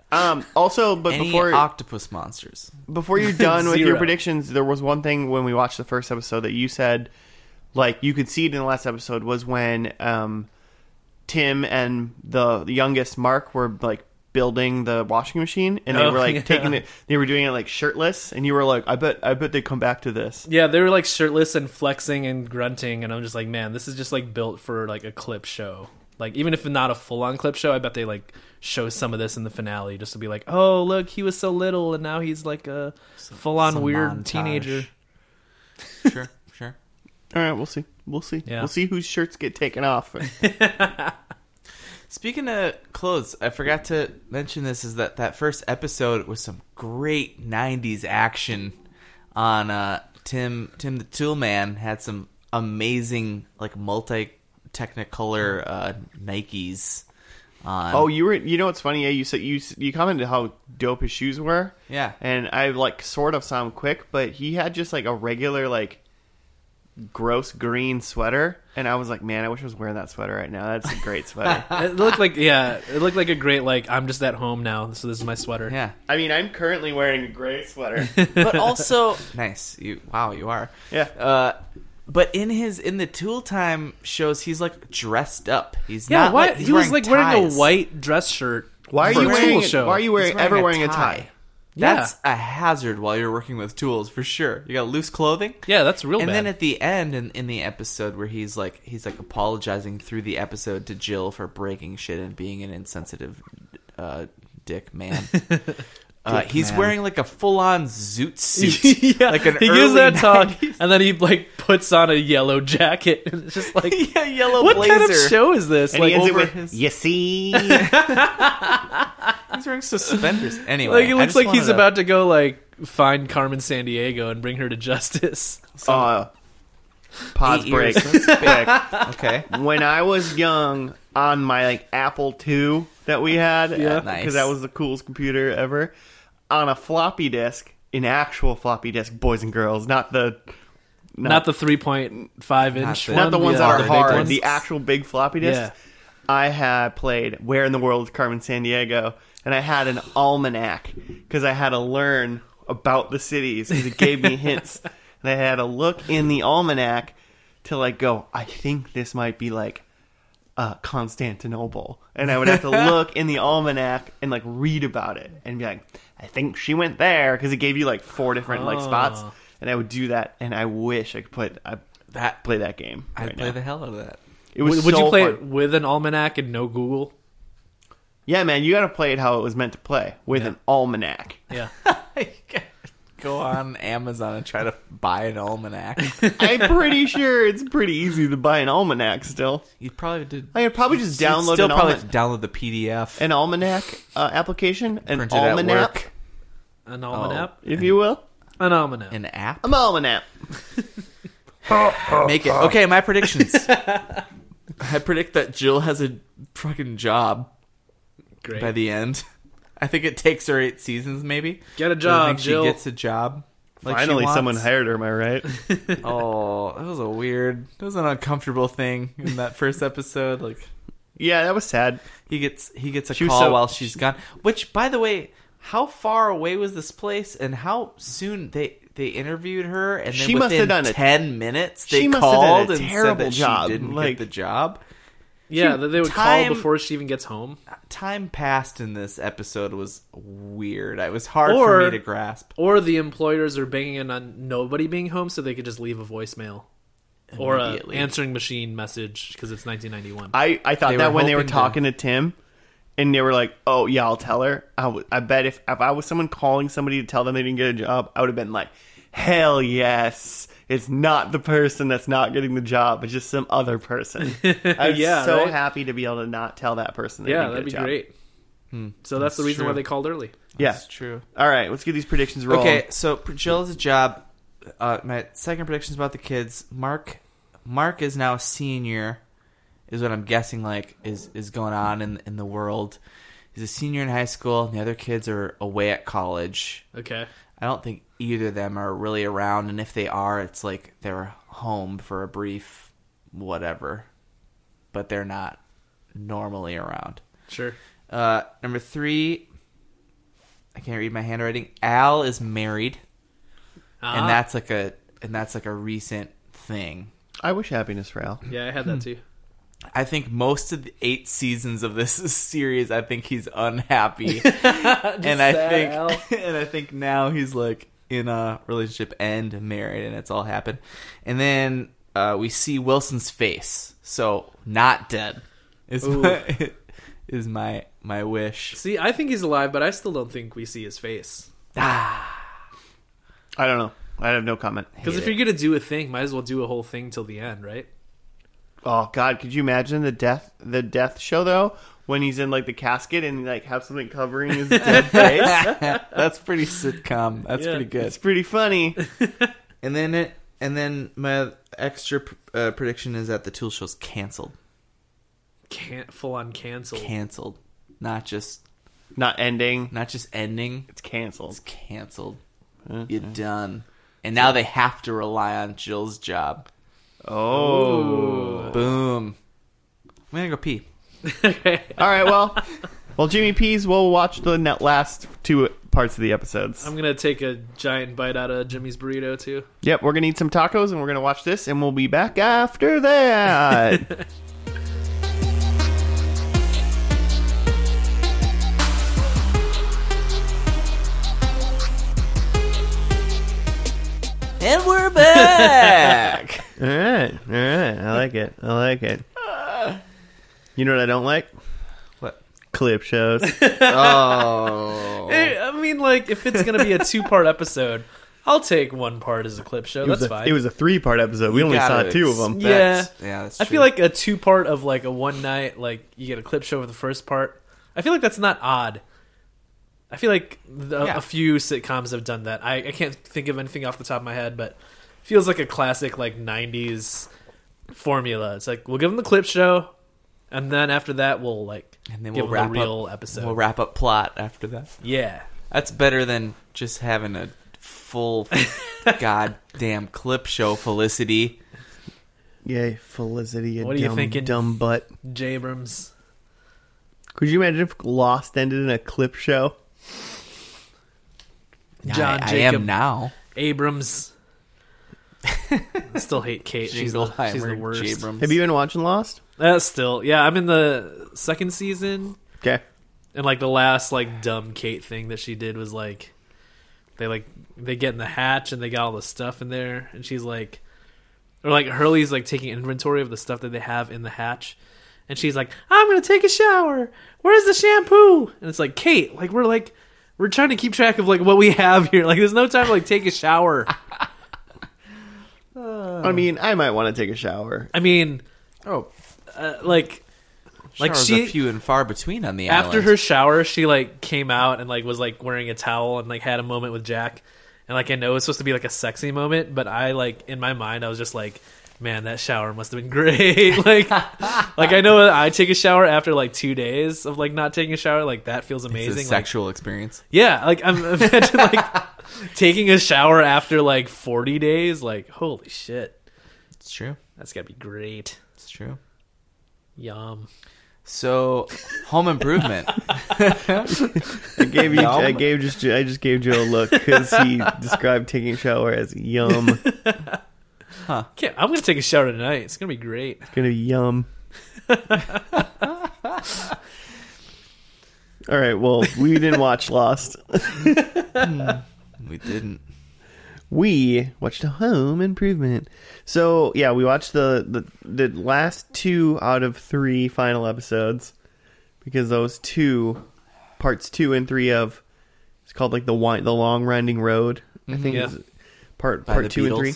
Um, also, but Any before octopus monsters? before you're done with your Zero. predictions, there was one thing when we watched the first episode that you said, like you could see it in the last episode was when um, Tim and the youngest Mark were like building the washing machine, and they Oh, were like yeah. taking it. They were doing it like shirtless, and you were like, "I bet, I bet they come back to this." Yeah, they were like shirtless and flexing and grunting, and I'm just like, man, this is just like built for like a clip show. Like even if not a full on clip show, I bet they like show some of this in the finale just to be like, oh look, he was so little and now he's like a full on some weird montage. teenager. Sure, sure. All right, we'll see. We'll see. Yeah. We'll see whose shirts get taken off. Speaking of clothes, I forgot to mention this is that that first episode was some great '90s action on uh, Tim Tim the Tool Man had some amazing like multi technicolor uh, Nikes on. Oh, you were. You know what's funny? Yeah, you said you you commented how dope his shoes were. Yeah. and I like sort of saw him quick, but he had just like a regular like gross green sweater, and I was like, man, I wish I was wearing that sweater right now. That's a great sweater. It looked like yeah, it looked like a great like I'm just at home now, so this is my sweater. yeah, I mean, I'm currently wearing a gray sweater. but also nice. You wow, you are. Yeah. Uh, But in his in the Tool Time shows, he's like dressed up. He's Yeah, not. why like, he's he was like wearing wearing a ties. white dress shirt. Why are for you a Tool wearing? Show. Why are you He's wearing, ever wearing a tie? That's a hazard while you're working with tools for sure. You got loose clothing. Yeah, that's real and bad. then at the end in, in the episode where he's like he's like apologizing through the episode to Jill for breaking shit and being an insensitive uh, dick man. Uh, he's man. wearing like a full on zoot suit, yeah, like an he early gives that talk, 90s and then he like puts on a yellow jacket, and it's just like, yeah, yellow what blazer. kind of show is this? And like, he ends it over with, his- "You see." He's wearing suspenders. Anyway, like it I looks just like wanted he's to- about to go like find Carmen San Diego and bring her to justice. uh, pause Eight break. years. quick. Okay, when I was young, on my like Apple II that we had, because Yeah. Nice. that was the coolest computer ever, on a floppy disk, an actual floppy disk, boys and girls, not the Not, the three point five inch, the- not the one, ones yeah, that are the big hard, ones. the actual big floppy disks. Yeah. I had played Where in the World is Carmen San Diego, and I had an almanac because I had to learn about the cities because it gave me hints, and I had to look in the almanac to like go. I think this might be like uh, Constantinople, and I would have to look in the almanac and like read about it and be like, I think she went there because it gave you like four different like spots, Oh. and I would do that, and I wish I could put I that play that game. I right play now. the hell out of that. It was Would, would so you play fun. it with an almanac and no Google? Yeah, man, you got to play it how it was meant to play with an almanac. Yeah, Go on Amazon and try to buy an almanac. I'm pretty sure it's pretty easy to buy an almanac still. you probably did. I could probably just you'd download still an, probably alma- have to download the PDF. an almanac uh, application, an Print it at almanac, work. an Oh. almanac, if you will. an almanac. an app. An almanac. Oh, Make it okay. My predictions. I predict that Jill has a fucking job Great, by the end. I think it takes her eight seasons, maybe. get a But I job, think Jill. She gets a job. like she Finally, wants. someone hired her. Am I right? Oh, that was a weird. That was an uncomfortable thing in that first episode. Like yeah, that was sad. He gets he gets a She was call so- while she's gone. Which, by the way, how far away was this place, and how soon they they interviewed her, and then She within must have done a- ten minutes they She must have done a called and said terrible that job, she didn't get like- the job. yeah, Dude, that they would time- call before she even gets home. Time passed in this episode was weird. It was hard Or- for me to grasp. Or the employers are banging in on nobody being home, so they could just leave a voicemail or a Immediately. answering machine message because it's 1991. I, I thought They that were when they were hoping to- talking to Tim and they were like, oh, yeah, I'll tell her. I, w- I bet if, if I was someone calling somebody to tell them they didn't get a job, I would have been like, hell yes. It's not the person that's not getting the job. It's just some other person. I'm Yeah, so right? happy to be able to not tell that person. They yeah, didn't that'd be get a job. great. So that's, the reason why Hmm. true. they called early. Yeah. That's true. All right, let's get these predictions rolling. Okay, so Jill has a job. Uh, my second prediction is about the kids. Mark, Mark is now a senior, is what I'm guessing. Like is is going on in in the world. He's a senior in high school, and the other kids are away at college. Okay. I don't think either of them are really around, and if they are, it's like they're home for a brief whatever, but they're not normally around. Sure. Uh, number three, I can't read my handwriting. Al is married Uh-huh. and that's like a and that's like a recent thing. I wish happiness for Al. yeah, I had Hmm. that too. I think most of the eight seasons of this series, I think he's unhappy, and I sad think Al. and I think now he's like in a relationship and married, and it's all happened. And then uh, we see Wilson's face, so not dead is Ooh. my, is my my wish. See, I think he's alive, but I still don't think we see his face. I don't know. I have no comment. Because if Hate you're gonna do a thing, might as well do a whole thing till the end, right? Oh God, could you imagine the death the death show though? When he's in like the casket and like have something covering his dead face. That's pretty sitcom. That's Yeah. pretty good. It's pretty funny. And then it, and then my extra uh, prediction is that the Tool Show's canceled. Can't full on cancel. Canceled, not just Not ending. not just ending. It's canceled. It's canceled. Uh-huh. You're done. And now they have to rely on Jill's job. Oh. Boom. I'm gonna go pee. All right. Well, well, Jimmy Pease. We'll watch the net last two parts of the episodes. I'm gonna take a giant bite out of Jimmy's burrito too. Yep, we're gonna eat some tacos and we're gonna watch this, and we'll be back after that. And we're back. all right, all right, I like it. I like it. You know what I don't like? What? Clip shows. oh. Eh, I mean, like if it's gonna be a two part episode, I'll take one part as a clip show. It was That's a- fine. It was a three-part episode. We You only saw gotta two of them. Yeah. That's- yeah. That's I true. feel like a two part of like a one night, like you get a clip show for the first part. I feel like that's not odd. I feel like the, Yeah. a few sitcoms have done that. I, I can't think of anything off the top of my head, but feels like a classic like '90s formula. It's like we'll give them the clip show, and then after that we'll like and then give we'll them wrap the real up, episode. We'll wrap up plot after that. yeah, That's better than just having a full goddamn clip show Felicity. Yay, Felicity, you What are you dumb, thinking? dumb butt. J. Abrams. Could you imagine if Lost ended in a clip show? John I, I Jacob am now. Abrams. I still hate Kate. She's the, she's the Jingleheimer worst. Jabrams. Have you been watching Lost? Uh, still, yeah, I'm in the second season, Okay. and like the last like dumb Kate thing that she did was like, they like they get in the hatch and they got all the stuff in there, and she's like, or like Hurley's like taking inventory of the stuff that they have in the hatch, and she's like, I'm gonna take a shower. Where's the shampoo? And it's like Kate, like we're like we're trying to keep track of like what we have here. Like there's no time to like take a shower. I mean, I might want to take a shower. I mean, Oh, uh, like like Like, she she- a few and far between on the after island. her shower she like came out and like was like wearing a towel and like had a moment with jack and like i know it's supposed to be like a sexy moment but i like in my mind i was just like man that shower must have been great like like i know i take a shower after like two days of like not taking a shower like that feels It's amazing a like, sexual experience. yeah like i'm imagine like taking a shower after like 40 days like holy shit It's true. that's gotta be great It's true. yum So, Home Improvement. I gave you, I Yum. gave just, I just gave Joe a look because he described taking a shower as yum. It's Can't, i'm gonna take a shower tonight it's gonna be great gonna be yum. All right. Well, we didn't watch Lost. we didn't. we watched a home improvement so yeah we watched the, the the last two out of three final episodes because those two parts two and three of it's called like the wine the long winding road i think Mm-hmm. Yeah. is part By the part two and Beatles. three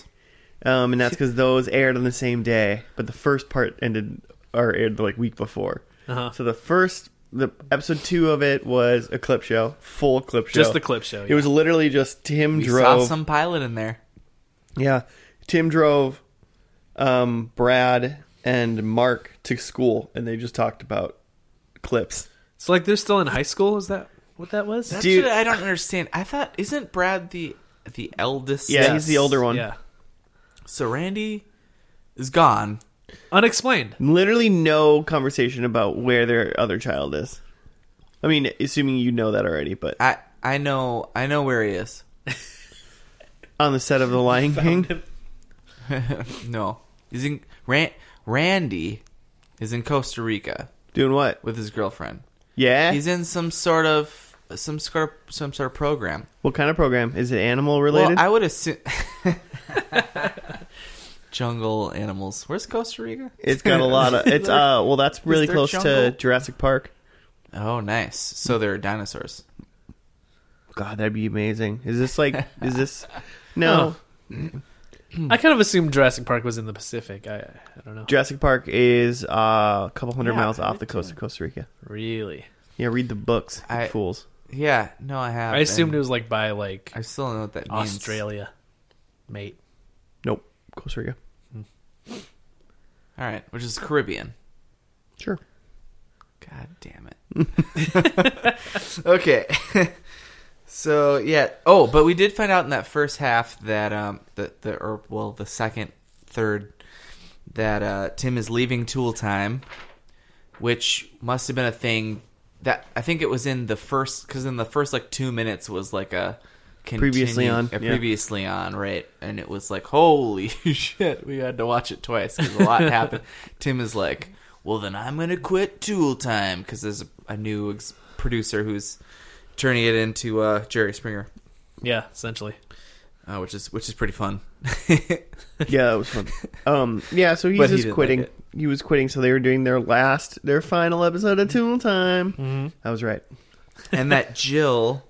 um and that's because those aired on the same day but the first part ended or aired the like week before Uh-huh. so the first the episode two of it was a clip show full clip show just the clip show it was literally just Tim We drove saw some pilot in there. yeah. Tim drove um, Brad and Mark to school and they just talked about clips. So like they're still in high school? Is that what that was? That's Dude. what I don't understand. I thought isn't Brad the the eldest? Yeah, he's the older one. Yeah. So Randy is gone. Unexplained. Literally no conversation about where their other child is. I mean, assuming you know that already, but I I know I know where he is. on the set of The Lion King, no, he's in Ran, Randy is in Costa Rica doing what? with his girlfriend. Yeah. He's in some sort of some sort of, some sort of program. what kind of program? Is it animal related? Well, I would assume jungle animals. Where's Costa Rica? it's got a lot of it's uh well that's really there close jungle? to Jurassic Park. Oh, nice. So there are dinosaurs. God, that'd be amazing. Is this like is this Oh. No. I kind of assumed Jurassic Park was in the Pacific. I I don't know. Jurassic Park is uh, a couple hundred Yeah, miles I off did the coast of Costa Rica. Really? Yeah, read the books, you I- fools. Yeah, no, I have. I assumed and it was like by like I still don't know what that means. Australia. Mate. Nope, Costa Rica. All right, which is Caribbean. Sure. God damn it. okay. so yeah. Oh, but we did find out in that first half that um the the or well the second third that uh Tim is leaving tool time, which must have been a thing that I think it was in the first because in the first like two minutes was like a Previously continue- on, a yeah. previously on right, and it was like holy shit, we had to watch it twice because a lot happened. Tim is like, well then I'm gonna quit Tool Time because there's a, a new ex- producer who's turning it into uh, Jerry Springer, Yeah, essentially. uh, which is which is pretty fun. Yeah, that was fun. Um, yeah, so he's But he just didn't like quitting. it. he was quitting, so they were doing their last, their final episode of Tool Time. Mm-hmm. I was right. and that Jill.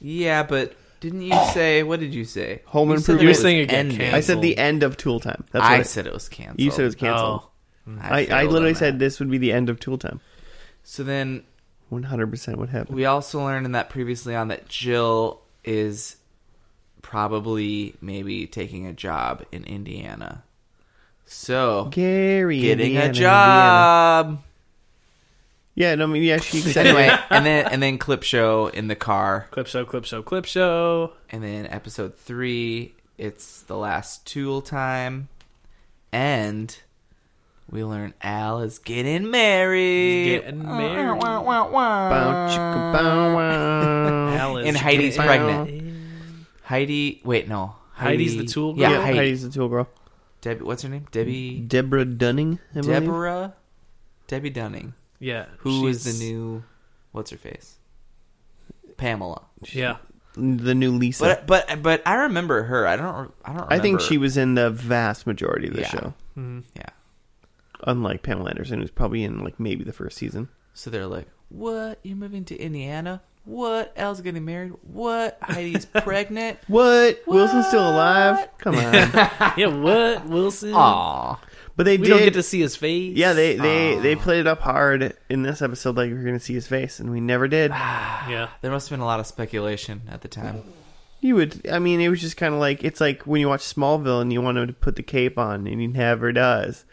Yeah, but didn't you say? What did you say? Home You said Improvement. that You were was saying it got ending. canceled. I said the end of Tool Time. That's what I I- said it was canceled. you said it was canceled. Oh. I, I failed literally on that. said this would be the end of Tool Time. So then One hundred percent would happen. we also learned in that previously on that Jill is probably maybe taking a job in Indiana. So Gary getting Indiana, a Indiana. job. Yeah, no, I mean, yeah, she said Anyway, and then and then clip show in the car. Clip show, clip show, clip show. And then episode three, it's the last tool time. And we learn Al is getting married. Oh, Getting married. Wah, wah, wah, wah. Bow, chicka, bow, wow. Alice And Heidi's getting- pregnant. Heidi, wait, no. Heidi's the tool Yeah, girl? Heidi. Heidi's the tool girl. Debbie, what's her name? Debbie. Deborah Dunning. I believe. Deborah. Debbie Dunning. Yeah. who is she's- the new. What's her face? Pamela. Yeah. the new Lisa. But but but I remember her. I don't. re- I don't. Remember. I think she was in the vast majority of the Yeah. show. Mm-hmm. Yeah. Unlike Pamela Anderson, who's probably in like maybe the first season. So they're like, "What? You're moving to Indiana? What? Elle's getting married? What? Heidi's pregnant? What? Wilson's still alive? Come on! Yeah, what? Wilson? Aw, but they we did. don't get to see his face. yeah, they they they played it up hard in this episode, like we were gonna see his face, and we never did. Ah. Yeah. there must have been a lot of speculation at the time. You would, I mean, it was just kind of like it's like when you watch Smallville and you want him to put the cape on, and he never does.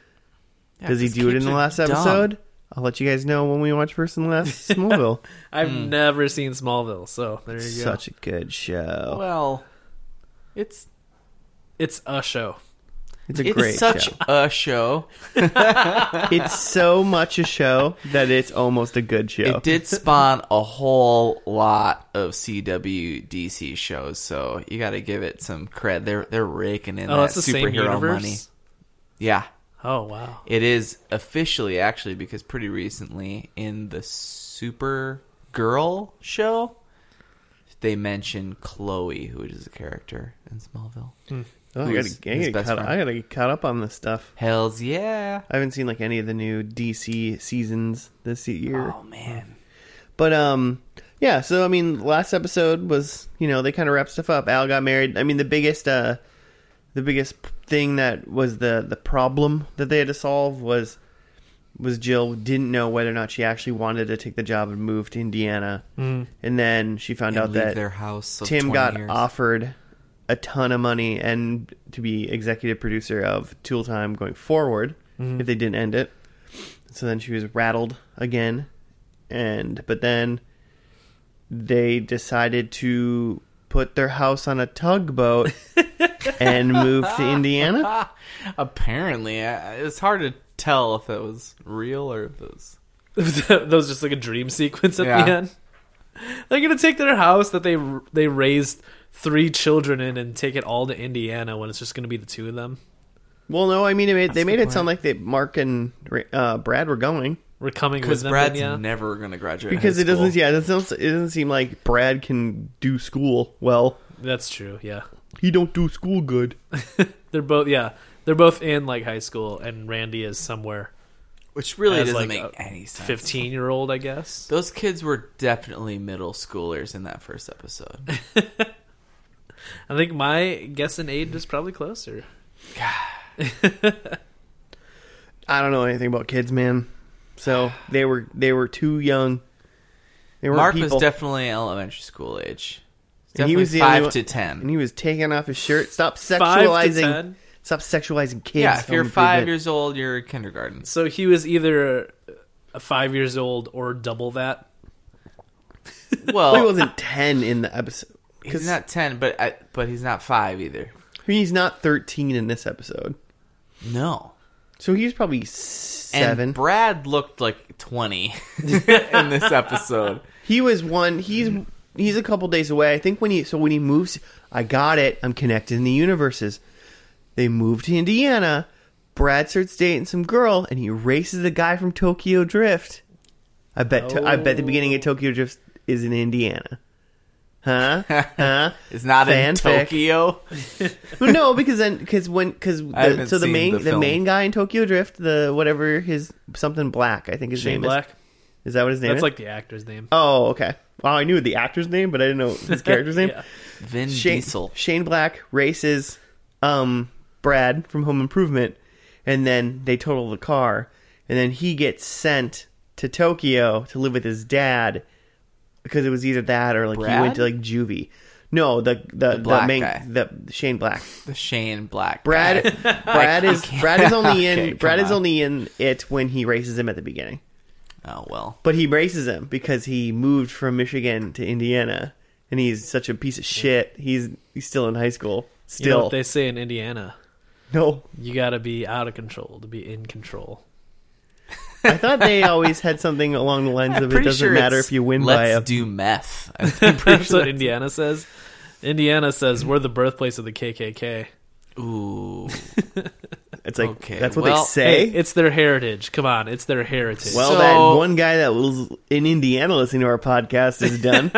Yeah, does he these do it in kids the are last dumb. episode? I'll let you guys know when we watch first and last Smallville. I've Hmm. never seen Smallville, so there you go. Such a good show. Well, it's It's a show. It's a it's great such show. a show. It's so much a show that it's almost a good show. It did spawn a whole lot of CW DC shows, so you got to give it some cred. They're they're raking in Oh, that that's the same superhero universe. money. Yeah, Oh wow. It is officially actually because pretty recently in the Supergirl show, they mentioned Chloe, who is a character in Smallville. Hmm. Oh, I Who gotta, is I, his gotta best caught, friend. I gotta get caught up on this stuff. Hell's yeah! I haven't seen like any of the new DC seasons this year. Oh man, But um yeah, so I mean last episode was, you know, they kind of wrapped stuff up. Al got married. I mean the biggest uh the biggest thing that was the the problem that they had to solve was was Jill didn't know whether or not she actually wanted to take the job and move to Indiana. Mm. And then she found and out leave that their house. Of Tim 20 got years. offered a ton of money and to be executive producer of Tool Time going forward if they didn't end it. So then she was rattled again, and but then they decided to put their house on a tugboat and move to Indiana. Apparently, I- it's hard to tell if it was real or if it was. that was just like a dream sequence at the Yeah. end. They're gonna take their house that they they raised three children in and take it all to Indiana when it's just gonna be the two of them. Well, no, I mean it made, they a made good it sound like that Mark and uh, Brad were going. We're coming with Because them. Brad's yeah. never going to graduate Because high it doesn't, school. yeah, it doesn't, it doesn't seem like Brad can do school well. That's true. Yeah. He don't do school good. They're both. Yeah. They're both in like high school, and Randy is somewhere which really as, doesn't like, make a any sense. fifteen year old, I guess. Those kids were definitely middle schoolers in that first episode. I think my guess and age is probably closer. I don't know anything about kids, man. So they were they were too young. They were Mark people, was definitely elementary school age. Definitely And he was the only five one- to and ten. he was taking off his shirt. Stop Five to sexualizing. ten. Stop sexualizing kids. Yeah, if Home you're five Improvement. years old, you're kindergarten. So he was either a five years old or double that. Well, he Well, wasn't ten in the episode. he's Because not ten, but I, but he's not five either. he's not thirteen in this episode, No, so he's probably s- seven. And Brad looked like 20 in this episode. He was one. He's he's a couple days away. I think when he so when he moves, I got it. I'm connecting the universes. They move to Indiana. Brad starts dating some girl, and he races the guy from Tokyo Drift. I bet. To, I bet the beginning of Tokyo Drift is in Indiana. Huh? Huh? It's not in Fanfic. Tokyo. Well, no, because then because when because haven't so the seen main the the, film. main guy in Tokyo Drift, the whatever his something Black, I think his Shane name Black. is. Is that what his name That's is? like the actor's name. oh, okay. Wow, I knew the actor's name, but I didn't know his character's name. Yeah. Vin Shane, Diesel. Shane Black races um, Brad from Home Improvement, and then they total the car, and then he gets sent to Tokyo to live with his dad because it was either that or like he Brad? went to like juvie. No, the the, the, black main guy. the Shane Black. The Shane Black. Brad guy. Brad I is can't- Brad is only in Okay, come Brad is on. only in it when he races him at the beginning. Oh, well. But he races him because he moved from Michigan to Indiana, and he's such a piece of shit. He's he's still in high school. You know Still, what they say in Indiana? no. You got to be out of control to be in control. I thought they always had something along the lines I'm of it pretty doesn't sure matter it's, if you win let's by a. do meth. I'm pretty That's sure what Indiana says. Indiana says we're the birthplace of the KKK. Ooh. It's like Okay, that's what well, they say. Hey, it's their heritage. Come on, it's their heritage. well, So- that one guy that was in Indiana listening to our podcast is done.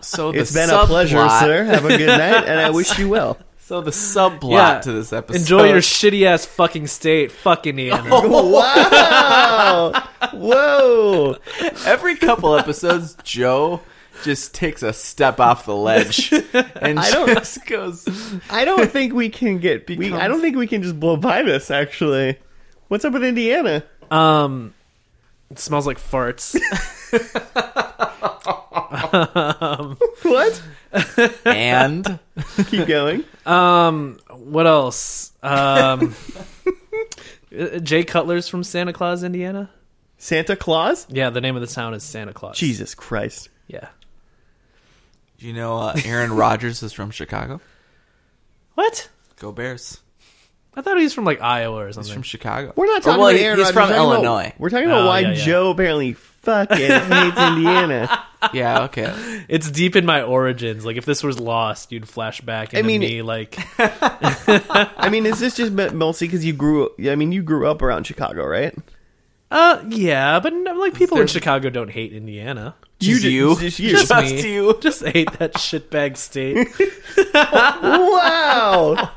So the It's been a subplot- pleasure, sir. Have a good night, and I wish you well. So the subplot Yeah. to this episode. enjoy your shitty ass fucking state, fucking Indiana. Wow! Whoa! Every couple episodes, Joe just takes a step off the ledge and I don't- just goes. I don't think we can get. we, I Becomes- don't think we can just blow by this. Actually, what's up with Indiana? Um, it smells like farts. What? And Keep going. Um, what else? Um, uh, Jay Cutler's from Santa Claus, Indiana. Santa Claus. Yeah, the name of the town is Santa Claus. Jesus Christ! Yeah. you know, uh, Aaron Rodgers is from Chicago. What? Go Bears! I thought he was from like Iowa or He's something. from Chicago. We're not Or, talking Oh, well, about he- Aaron He's Rodgers, from we're talking about- Illinois. we're talking about Oh, why yeah, yeah. Joe apparently fucking hates Indiana. Yeah. Okay. it's deep in my origins. Like if this was lost, you'd flash back into mean- me. Like I mean, is this just mostly because you grew? I mean, you grew up around Chicago, right? Uh, yeah, but no, like people in there's- Chicago don't hate Indiana. Just did- you. just you. Just, Just me. you. Just hate that shitbag state. wow,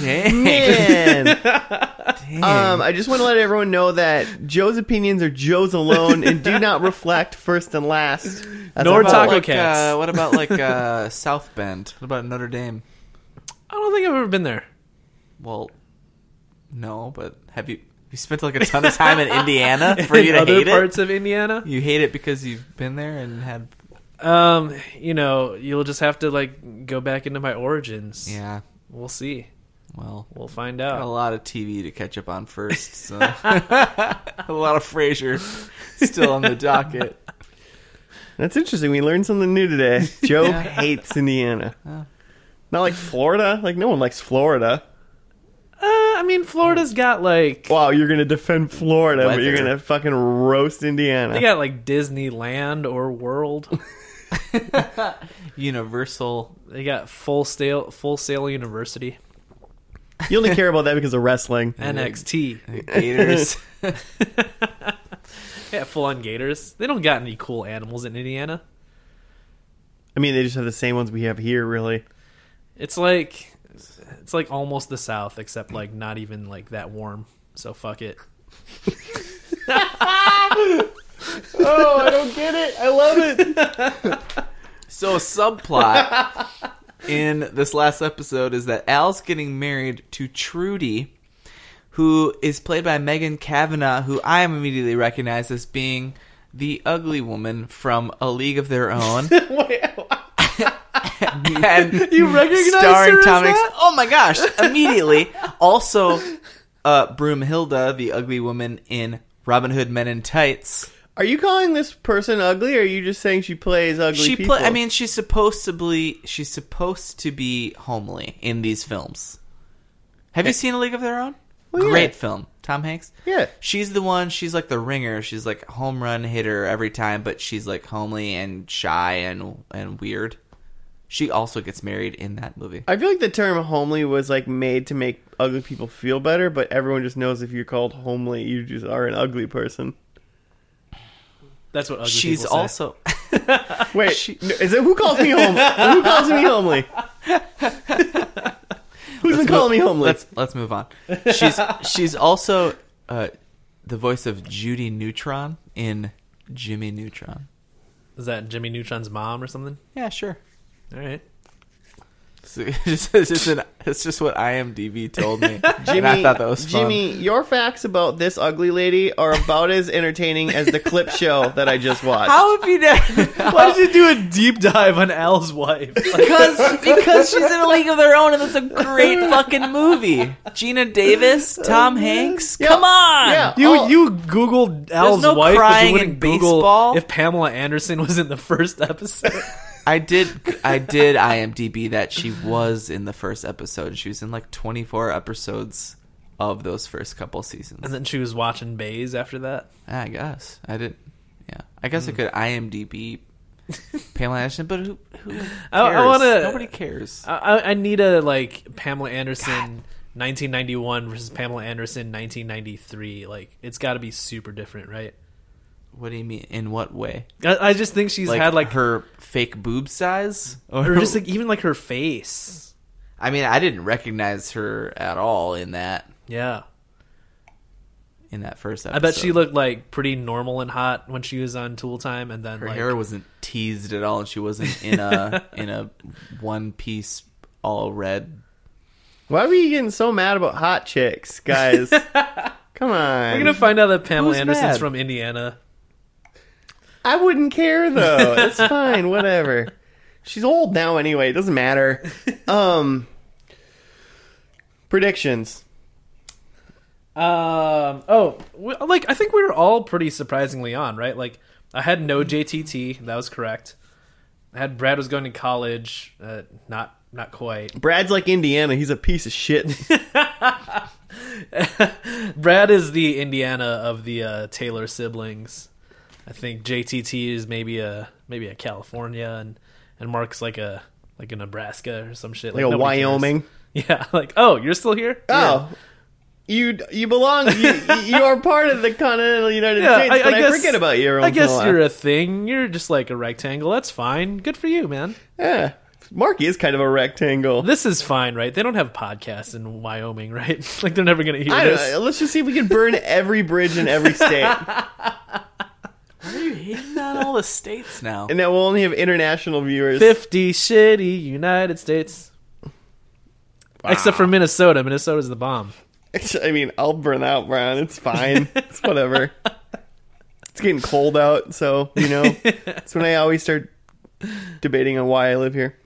Dang. man. Dang. Um, I just want to let everyone know that Joe's opinions are Joe's alone and do not reflect first and last. That's Nor our What about, Taco policy. like, Cats. Uh, what about like uh, South Bend? What about Notre Dame? I don't think I've ever been there. Well, no, but have you you spent like a ton of time in Indiana for In you to other hate parts of Indiana, it? You hate it because you've been there and had um, you know, you'll just have to like go back into my origins. yeah. we'll see. Well, We'll find got a out. lot of TV to catch up on first, so a lot of Frasier still on the docket. That's interesting. We learned something new today. Joe Yeah. Uh. hates Indiana. Yeah. Not like Florida. Like no one likes Florida. Uh, I mean, Florida's got like Wow, you're gonna defend Florida, but you're Weather. gonna fucking roast Indiana. they got like Disneyland or World. Universal. they got Full Sail, Full Sail University, You only care about that because of wrestling. NXT. uh, Gators. Yeah, full on gators. They don't got any cool animals in Indiana. I mean, they just have the same ones we have here, really. It's like it's like almost the South, except like not even like that warm. So fuck it. Oh, I don't get it. I love it. So subplot in this last episode is that Al's getting married to Trudy, who is played by Megan Kavanaugh, who I am immediately recognized as being the ugly woman from A League of Their Own. and You recognize starring her as Tom Hanks- that? Oh my gosh! Immediately. also, uh, Broomhilda, the ugly woman in Robin Hood Men in Tights. Are you calling this person ugly, or are you just saying she plays ugly she people? play, I mean, she's supposed to be. She's supposed to be homely in these films. Have you seen A League of Their Own? Well, yeah. Great film. Tom Hanks? Yeah. She's the one. She's like the ringer. She's like home run hitter every time, but she's like homely and shy and and weird. She also gets married in that movie. I feel like the term homely was like made to make ugly people feel better, but everyone just knows if you're called homely, you just are an ugly person. That's what ugly she's people say. also Wait, She- no, is it who calls me home? who calls me homely? Who's been calling me homely? let's let's move on. She's she's also uh, the voice of Judy Neutron in Jimmy Neutron. is that Jimmy Neutron's mom or something? Yeah, sure. All right. So it's just, it's just an- it's just what IMDb told me, and I thought that was fun. Jimmy, your facts about this ugly lady are about as entertaining as the clip show that I just watched. How have you never? Why did you do a deep dive on Al's wife? Like, because because she's in a league of their own, and it's a great fucking movie. Gina Davis, Tom Hanks, Yeah, come on. yeah. you All- you Googled Al's no wife, but crying you in wouldn't Google baseball. if Pamela Anderson was in the first episode. I did I did IMDb that she was in the first episode. She was in like 24 episodes of those first couple seasons. Ah, and then she was watching Bays after that. I guess I didn't. Yeah, I guess I could IMDb Pamela Anderson, but who? who cares? I- I wanna- Nobody cares. I, I- I need a like Pamela Anderson 1991 versus Pamela Anderson 1993. Like it's got to be super different, right? What do you mean? In what way? I, I just think she's had like her, her fake boob size, or just like even like her face. I mean, I didn't recognize her at all in that Yeah, in that first episode. I bet she looked like pretty normal and hot when she was on Tool Time, and then her like hair wasn't teased at all, and she wasn't in a in a one piece all red. Why are you getting so mad about hot chicks, guys? Come on. We're gonna find out that Pamela Who's Anderson's mad? from Indiana. I wouldn't care though. It's fine, whatever. She's old now anyway, it doesn't matter. Um predictions. Um. Oh, we- like I think we were all pretty surprisingly on, right? Like I had no Mm-hmm. JTT, that was correct. I had Brad was going to college, uh, not not quite. Brad's like Indiana, he's a piece of shit. Brad is the Indiana of the uh, Taylor siblings. I think JTT is maybe a maybe a California, and and Mark's like a like a Nebraska or some shit, Like a nobody cares. Wyoming. Yeah, like oh, you're still here? Oh. You you belong you, you are part of the continental United Yeah, States, I- I but I, guess- forget about you every I once in guess a while. you're a thing. You're just like a rectangle. That's fine. Good for you, man. Yeah. Marky is kind of a rectangle. This is fine, right? They don't have podcasts in Wyoming, right? like they're never gonna hear I don't this. know. Let's just see if we can burn every bridge in every state. Are you hating on all the states now? and now we'll only have international viewers. Fifty shitty United States. Except for Minnesota. Minnesota's the bomb. I mean, I'll burn out, Brian. It's fine. It's whatever. it's getting cold out, so you know. That's when I always start debating on why I live here.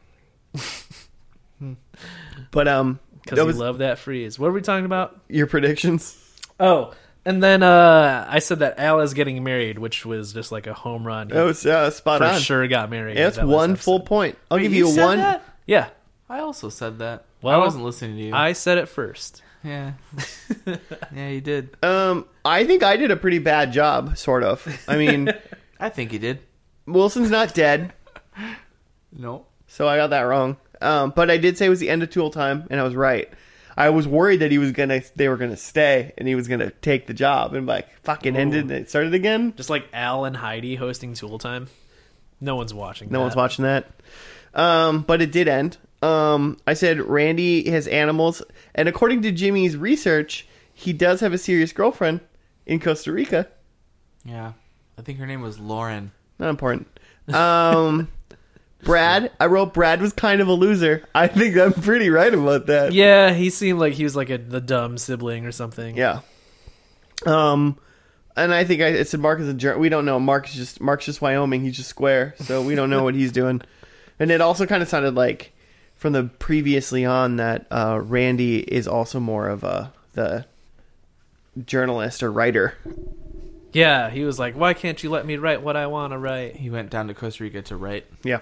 but um, Because that we was love that freeze. What were we talking about? your predictions. Oh, and then uh, I said that Al is getting married, which was just like a home run. He That was uh, spot for on. sure got married. Yeah, that's That last one episode. full point. I'll give You you, a said one. that? Yeah, I also said that. Well, I wasn't listening to you. I said it first. yeah, yeah, you did. Um, I think I did a pretty bad job, sort of. I mean, I think you did. Wilson's not dead. No. So I got that wrong. Um, but I did say it was the end of Tool time, and I was right. I was worried that he was gonna, they were gonna stay, and he was gonna take the job, and like fucking ended, and it started again. Just like Al and Heidi hosting Tool Time. No one's watching. No that. one's watching that. Um, but it did end. Um, I said Randy has animals, and according to Jimmy's research, he does have a serious girlfriend in Costa Rica. Yeah, I think her name was Lauren. Not important. Um, Brad, I wrote Brad was kind of a loser. I think I'm pretty right about that. Yeah, he seemed like he was like a the dumb sibling or something. Yeah. Um, and I think I, it said Mark is a jerk. We don't know. Mark's just Mark's just Wyoming. He's just square, so we don't know what he's doing. And it also kind of sounded like from the previously on that uh, Randy is also more of a the journalist or writer. yeah. He was like, "Why can't you let me write what I want to write?" He went down to Costa Rica to write. Yeah.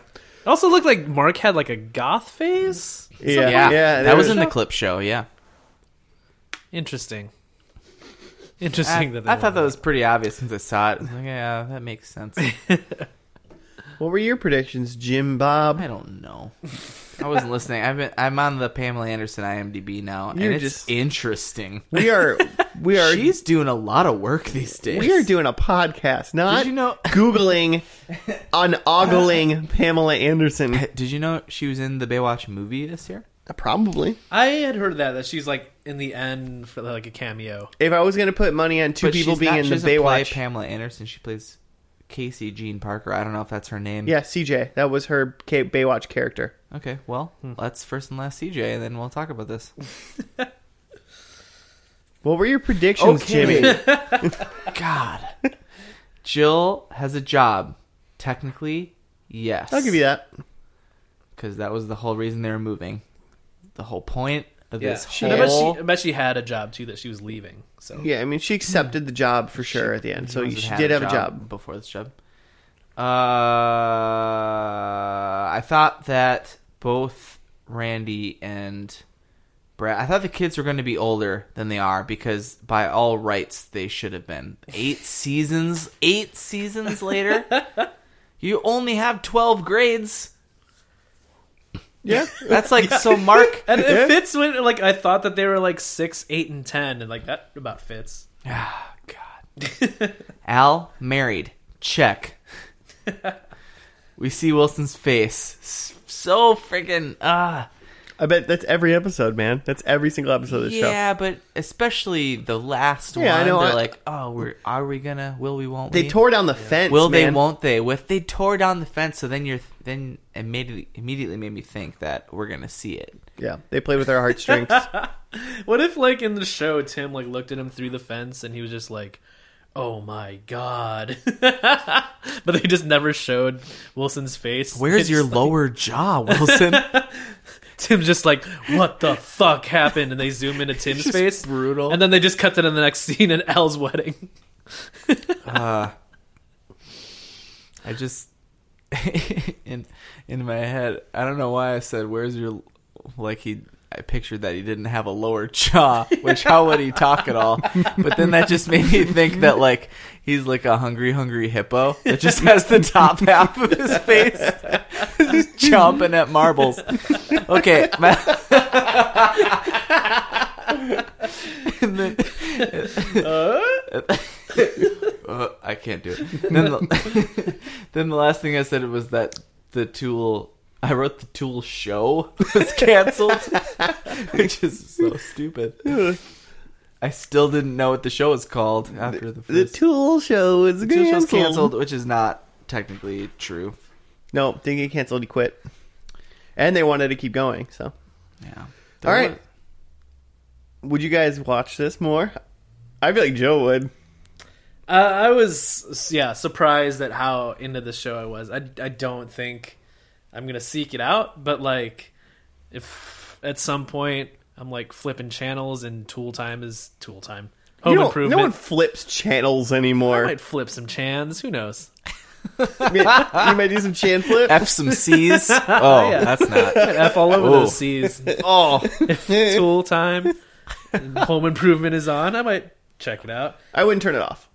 It also looked like Mark had like a goth phase. Yeah. yeah, Yeah, that was there- in the clip show. Yeah, Interesting. Interesting I, that they I thought won. that was pretty obvious since I saw it. I was like, yeah, that makes sense. What were your predictions, Jim Bob? I don't know. I wasn't listening. I've been. I'm on the Pamela Anderson IMDb now, You're and it's just- interesting. We are we are She's doing a lot of work these days. we are doing a podcast, not Did you know? googling an ogling Pamela Anderson. Did you know she was in the Baywatch movie this year? Probably. I had heard that that she's like in the end for like a cameo. If I was going to put money on two But people she's being not- in she the doesn't play Baywatch, Pamela Anderson. She plays Casey Jean Parker. I don't know if that's her name. yeah, CJ, that was her K- Baywatch character. Okay. Well, Hmm. let's first and last CJ, and then we'll talk about this. What were your predictions, Okay. Jimmy? God. Jill has a job. Technically, yes. I'll give you that. because that was the whole reason they were moving. The whole point of this She, I, bet whole she, I bet she had a job too that she was leaving. So Yeah, I mean, she accepted the job for sure at the end, so Who knows she had did have a job. before this job. Uh, I thought that both Randy and Brad, I thought the kids were going to be older than they are because by all rights they should have been eight seasons. Eight seasons later, you only have twelve grades. Yeah, That's like so. Mark and Yeah. it fits when like I thought that they were like six, eight, and ten, and like that about fits. Oh, Ah, God. Al married. Check. we see Wilson's face. S- So freaking ah. I bet that's every episode, man. That's every single episode of the show. yeah, but especially the last Yeah, I one. know, They're I- like, oh, we're are we gonna? Will we? Won't They we? tore down the fence. Will they? man. Won't they? With they tore down the fence. So then you're then immediately immediately made me think that we're gonna see it. Yeah, they played with our heartstrings. What if like in the show Tim like looked at him through the fence and he was just like, "Oh my god," but they just never showed Wilson's face. Where's It's your just like- lower jaw, Wilson? Tim's just like, "What the fuck happened?" And they zoom into Tim's face, brutal. and then they just cut to the next scene in Al's wedding. uh, I just in in my head, I don't know why I said, "Where's your like he." I pictured that he didn't have a lower jaw, which how would he talk at all? But then that just made me think that like he's like a hungry, hungry hippo that just has the top half of his face just chomping at marbles. Okay, my, And then- Uh, I can't do it. Then the, then the last thing I said was that the Tool. I wrote the Tool show was canceled, which is so stupid. I still didn't know what the show was called after the the first. Tool show is Tool show's canceled. canceled, which is not technically true. No, didn't get canceled. He quit, and they wanted to keep going. So, Yeah. All right. would you guys watch this more? I feel like Joe would. Uh, I was yeah surprised at how into the show I was. I I don't think I'm gonna seek it out, but like if at some point I'm like flipping channels and Tool Time is Tool Time. Home You don't- Improvement. No one flips channels I anymore. might flip some chans. Who knows? I mean, you might do some chan flips. F some C's. Oh, that's not. F all over Ooh. those C's. Oh, Tool Time. and Home Improvement is on. I might check it out I wouldn't turn it off.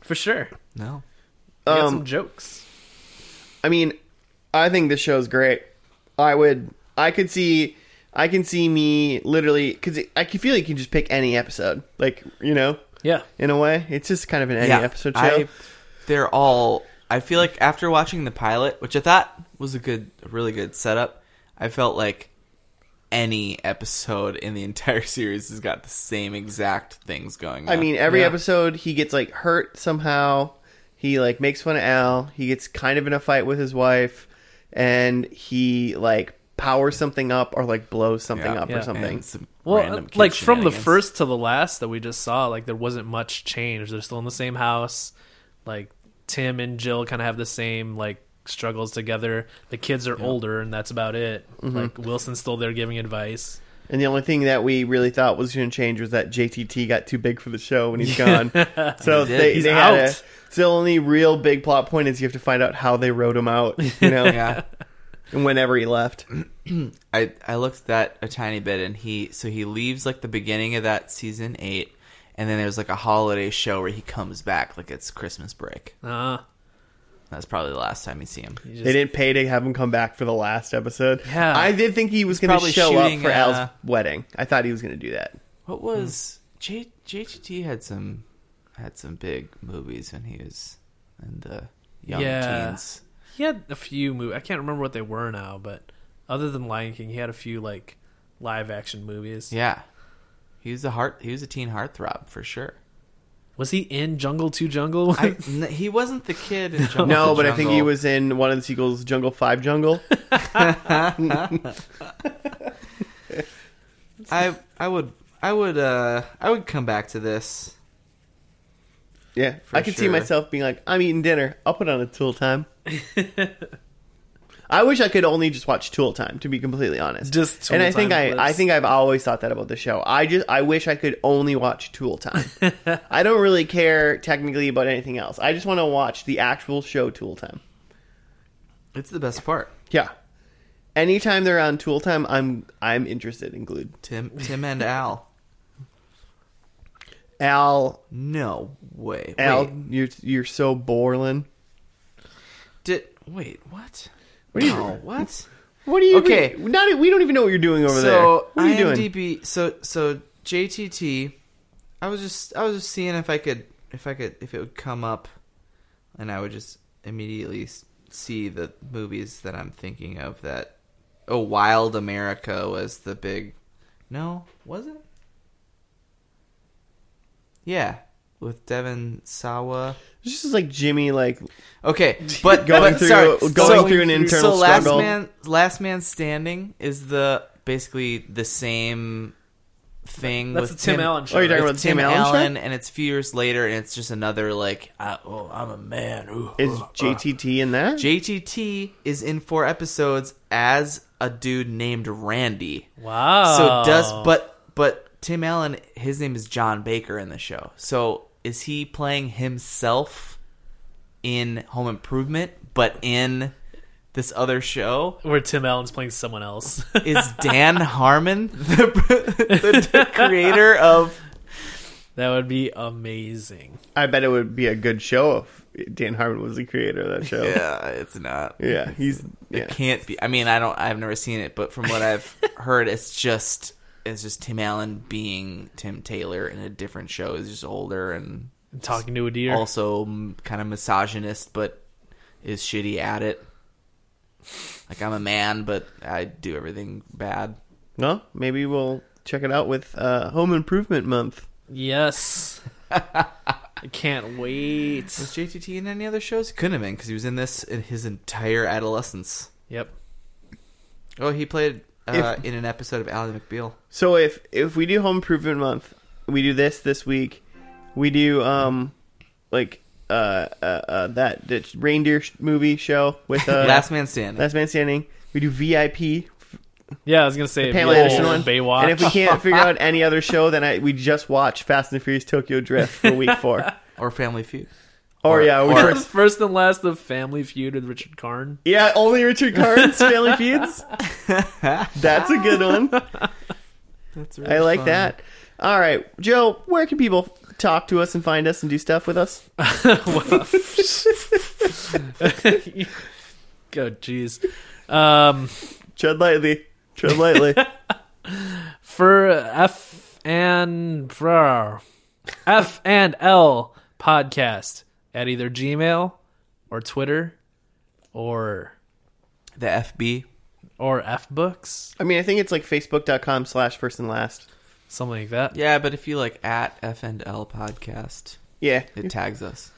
for sure. no. We got Um, some jokes. I mean, I think this show's great. I would, I could see, I can see me literally because I can feel like you can just pick any episode, like you know, Yeah. in a way. It's just kind of an any episode show. I- they're all. I feel like after watching the pilot, which I thought was a good, a really good setup, I felt like any episode in the entire series has got the same exact things going. on. I mean, every Yeah. episode he gets like hurt somehow. He like makes fun of Al. He gets kind of in a fight with his wife, and he like powers something up or like blows something Yeah. up or Yeah. something. And some Well, uh, random kid like from the shenanigans. first to the last that we just saw, like there wasn't much change. They're still in the same house. Like Tim and Jill kind of have the same like struggles together. The kids are older, and that's about it. Like Wilson's still there giving advice. And the only thing that we really thought was going to change was that JTT got too big for the show when he's gone. so He did. they, He's they had a, out. so the only real big plot point is you have to find out how they wrote him out, you know, yeah, and whenever he left. I I looked at that a tiny bit, and he so he leaves like the beginning of that season eight, and then there's like a holiday show where he comes back like it's Christmas break. Uh, That's probably the last time you see him. you They just, didn't pay to have him come back for the last episode. Yeah. I did think he was going to probably show up shooting, for uh, Al's wedding. I thought he was going to do that. What was J JGT had some had some big movies when he was in the young Yeah. teens. he had a few movies. I can't remember what they were now, but other than Lion King, he had a few like live action movies. Yeah, he was a heart. He was a teen heartthrob for sure. Was he in Jungle Two Jungle? I, n- he wasn't the kid in Jungle. No, to but I think Jungle. he was in one of the sequels, Jungle Five Jungle. I I would I would uh I would come back to this. Yeah, For I could see sure. myself being like, I'm eating dinner. I'll put on a Tool Time. I wish I could only just watch Tool Time, to be completely honest. Just Tool and I Time think I, I clips. think I've always thought that about the show. I just I wish I could only watch Tool Time. I don't really care technically about anything else. I just want to watch the actual show Tool Time. It's the best part. Yeah. Anytime they're on Tool Time, I'm I'm interested in Glued. Tim Tim and Al. Al, No way. Al, Wait, you're you're so Borland. did wait what? What are you no, doing? what? What are you? Okay. not we don't even know what you're doing over there. so What are you doing? IMDb. So so JTT. I was just I was just seeing if I could if I could if it would come up, and I would just immediately s- see the movies that I'm thinking of. That oh, Wild America was the big. No, was it? Yeah, with Devin Sawa. This is like Jimmy, like oh, Okay, but Going but, through- sorry, going so- through an internal so last struggle. Man, last man standing is the basically the same thing. That's with the Tim Allen show, Oh, you're talking It's about the Tim Allen show? and it's a few years later, and it's just another like, uh, oh, I'm a man. Ooh, is uh, uh. JTT in that? JTT is in four episodes as a dude named Randy. wow. So does Oh. but but Tim Allen, his name is John Baker in the show. So is he playing himself in Home Improvement, but in this other show? where Tim Allen's playing someone else. Is Dan Harmon the, the, creator of? that would be amazing. I bet it would be a good show if Dan Harmon was the creator of that show. Yeah, it's not. Yeah, he's yeah. It can't be. I mean, I don't. I've never seen it, but from what I've heard, it's just it's just Tim Allen being Tim Taylor in a different show. He's just older and Talking to a deer. also m- kind of misogynist, but is shitty at it. Like I'm a man, but I do everything bad. Well, maybe we'll check it out with uh, Home Improvement Month. Yes. I can't Was wait. JTT in any other shows? Couldn't have been because he was in this in his entire adolescence. Yep. Oh, he played uh, in an episode of Ally McBeal. So if if we do Home Improvement Month, we do this this week. We do um like uh uh, uh that, that reindeer sh- movie show with uh, Last Man Standing. Last Man Standing. We do VIP Yeah, I was gonna say Pamela Beowulf Anderson one. and Baywatch. And if we can't figure out any other show, then I, we just watch Fast and the Furious Tokyo Drift for week four. or Family Feud. Or, Or- yeah, we or- first, first, first and last of Family Feud with Richard Karn. yeah, only Richard Carnes Family Feuds. That's a good one. That's I like that. All right, Joe, where can people talk to us and find us and do stuff with us? Go, jeez. Um, Tread lightly. Tread lightly. for F and for F and L podcast at either Gmail or Twitter or The FB. or F books, I mean, I think it's like facebook.com slash first and last. something like that. Yeah, but if you like at F and L podcast, Yeah. it tags us.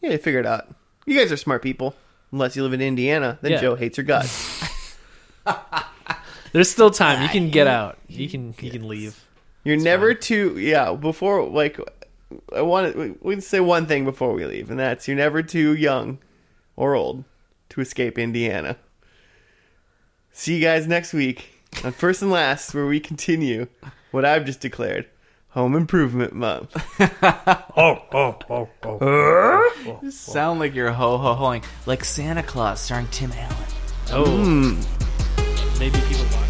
Yeah, they figure it out. You guys are smart people. Unless you live in Indiana, then Yeah. Joe hates your guts. There's still time. You can get out. You can you can leave. You're never too yeah. Before like, I want to we can say one thing before we leave, and that's you're never too young or old to escape Indiana. See you guys next week on First and Last, where we continue what I've just declared: Home Improvement Month. Sound like you're ho ho hoing like Santa Claus starring Tim Allen. Oh, maybe people. Watch.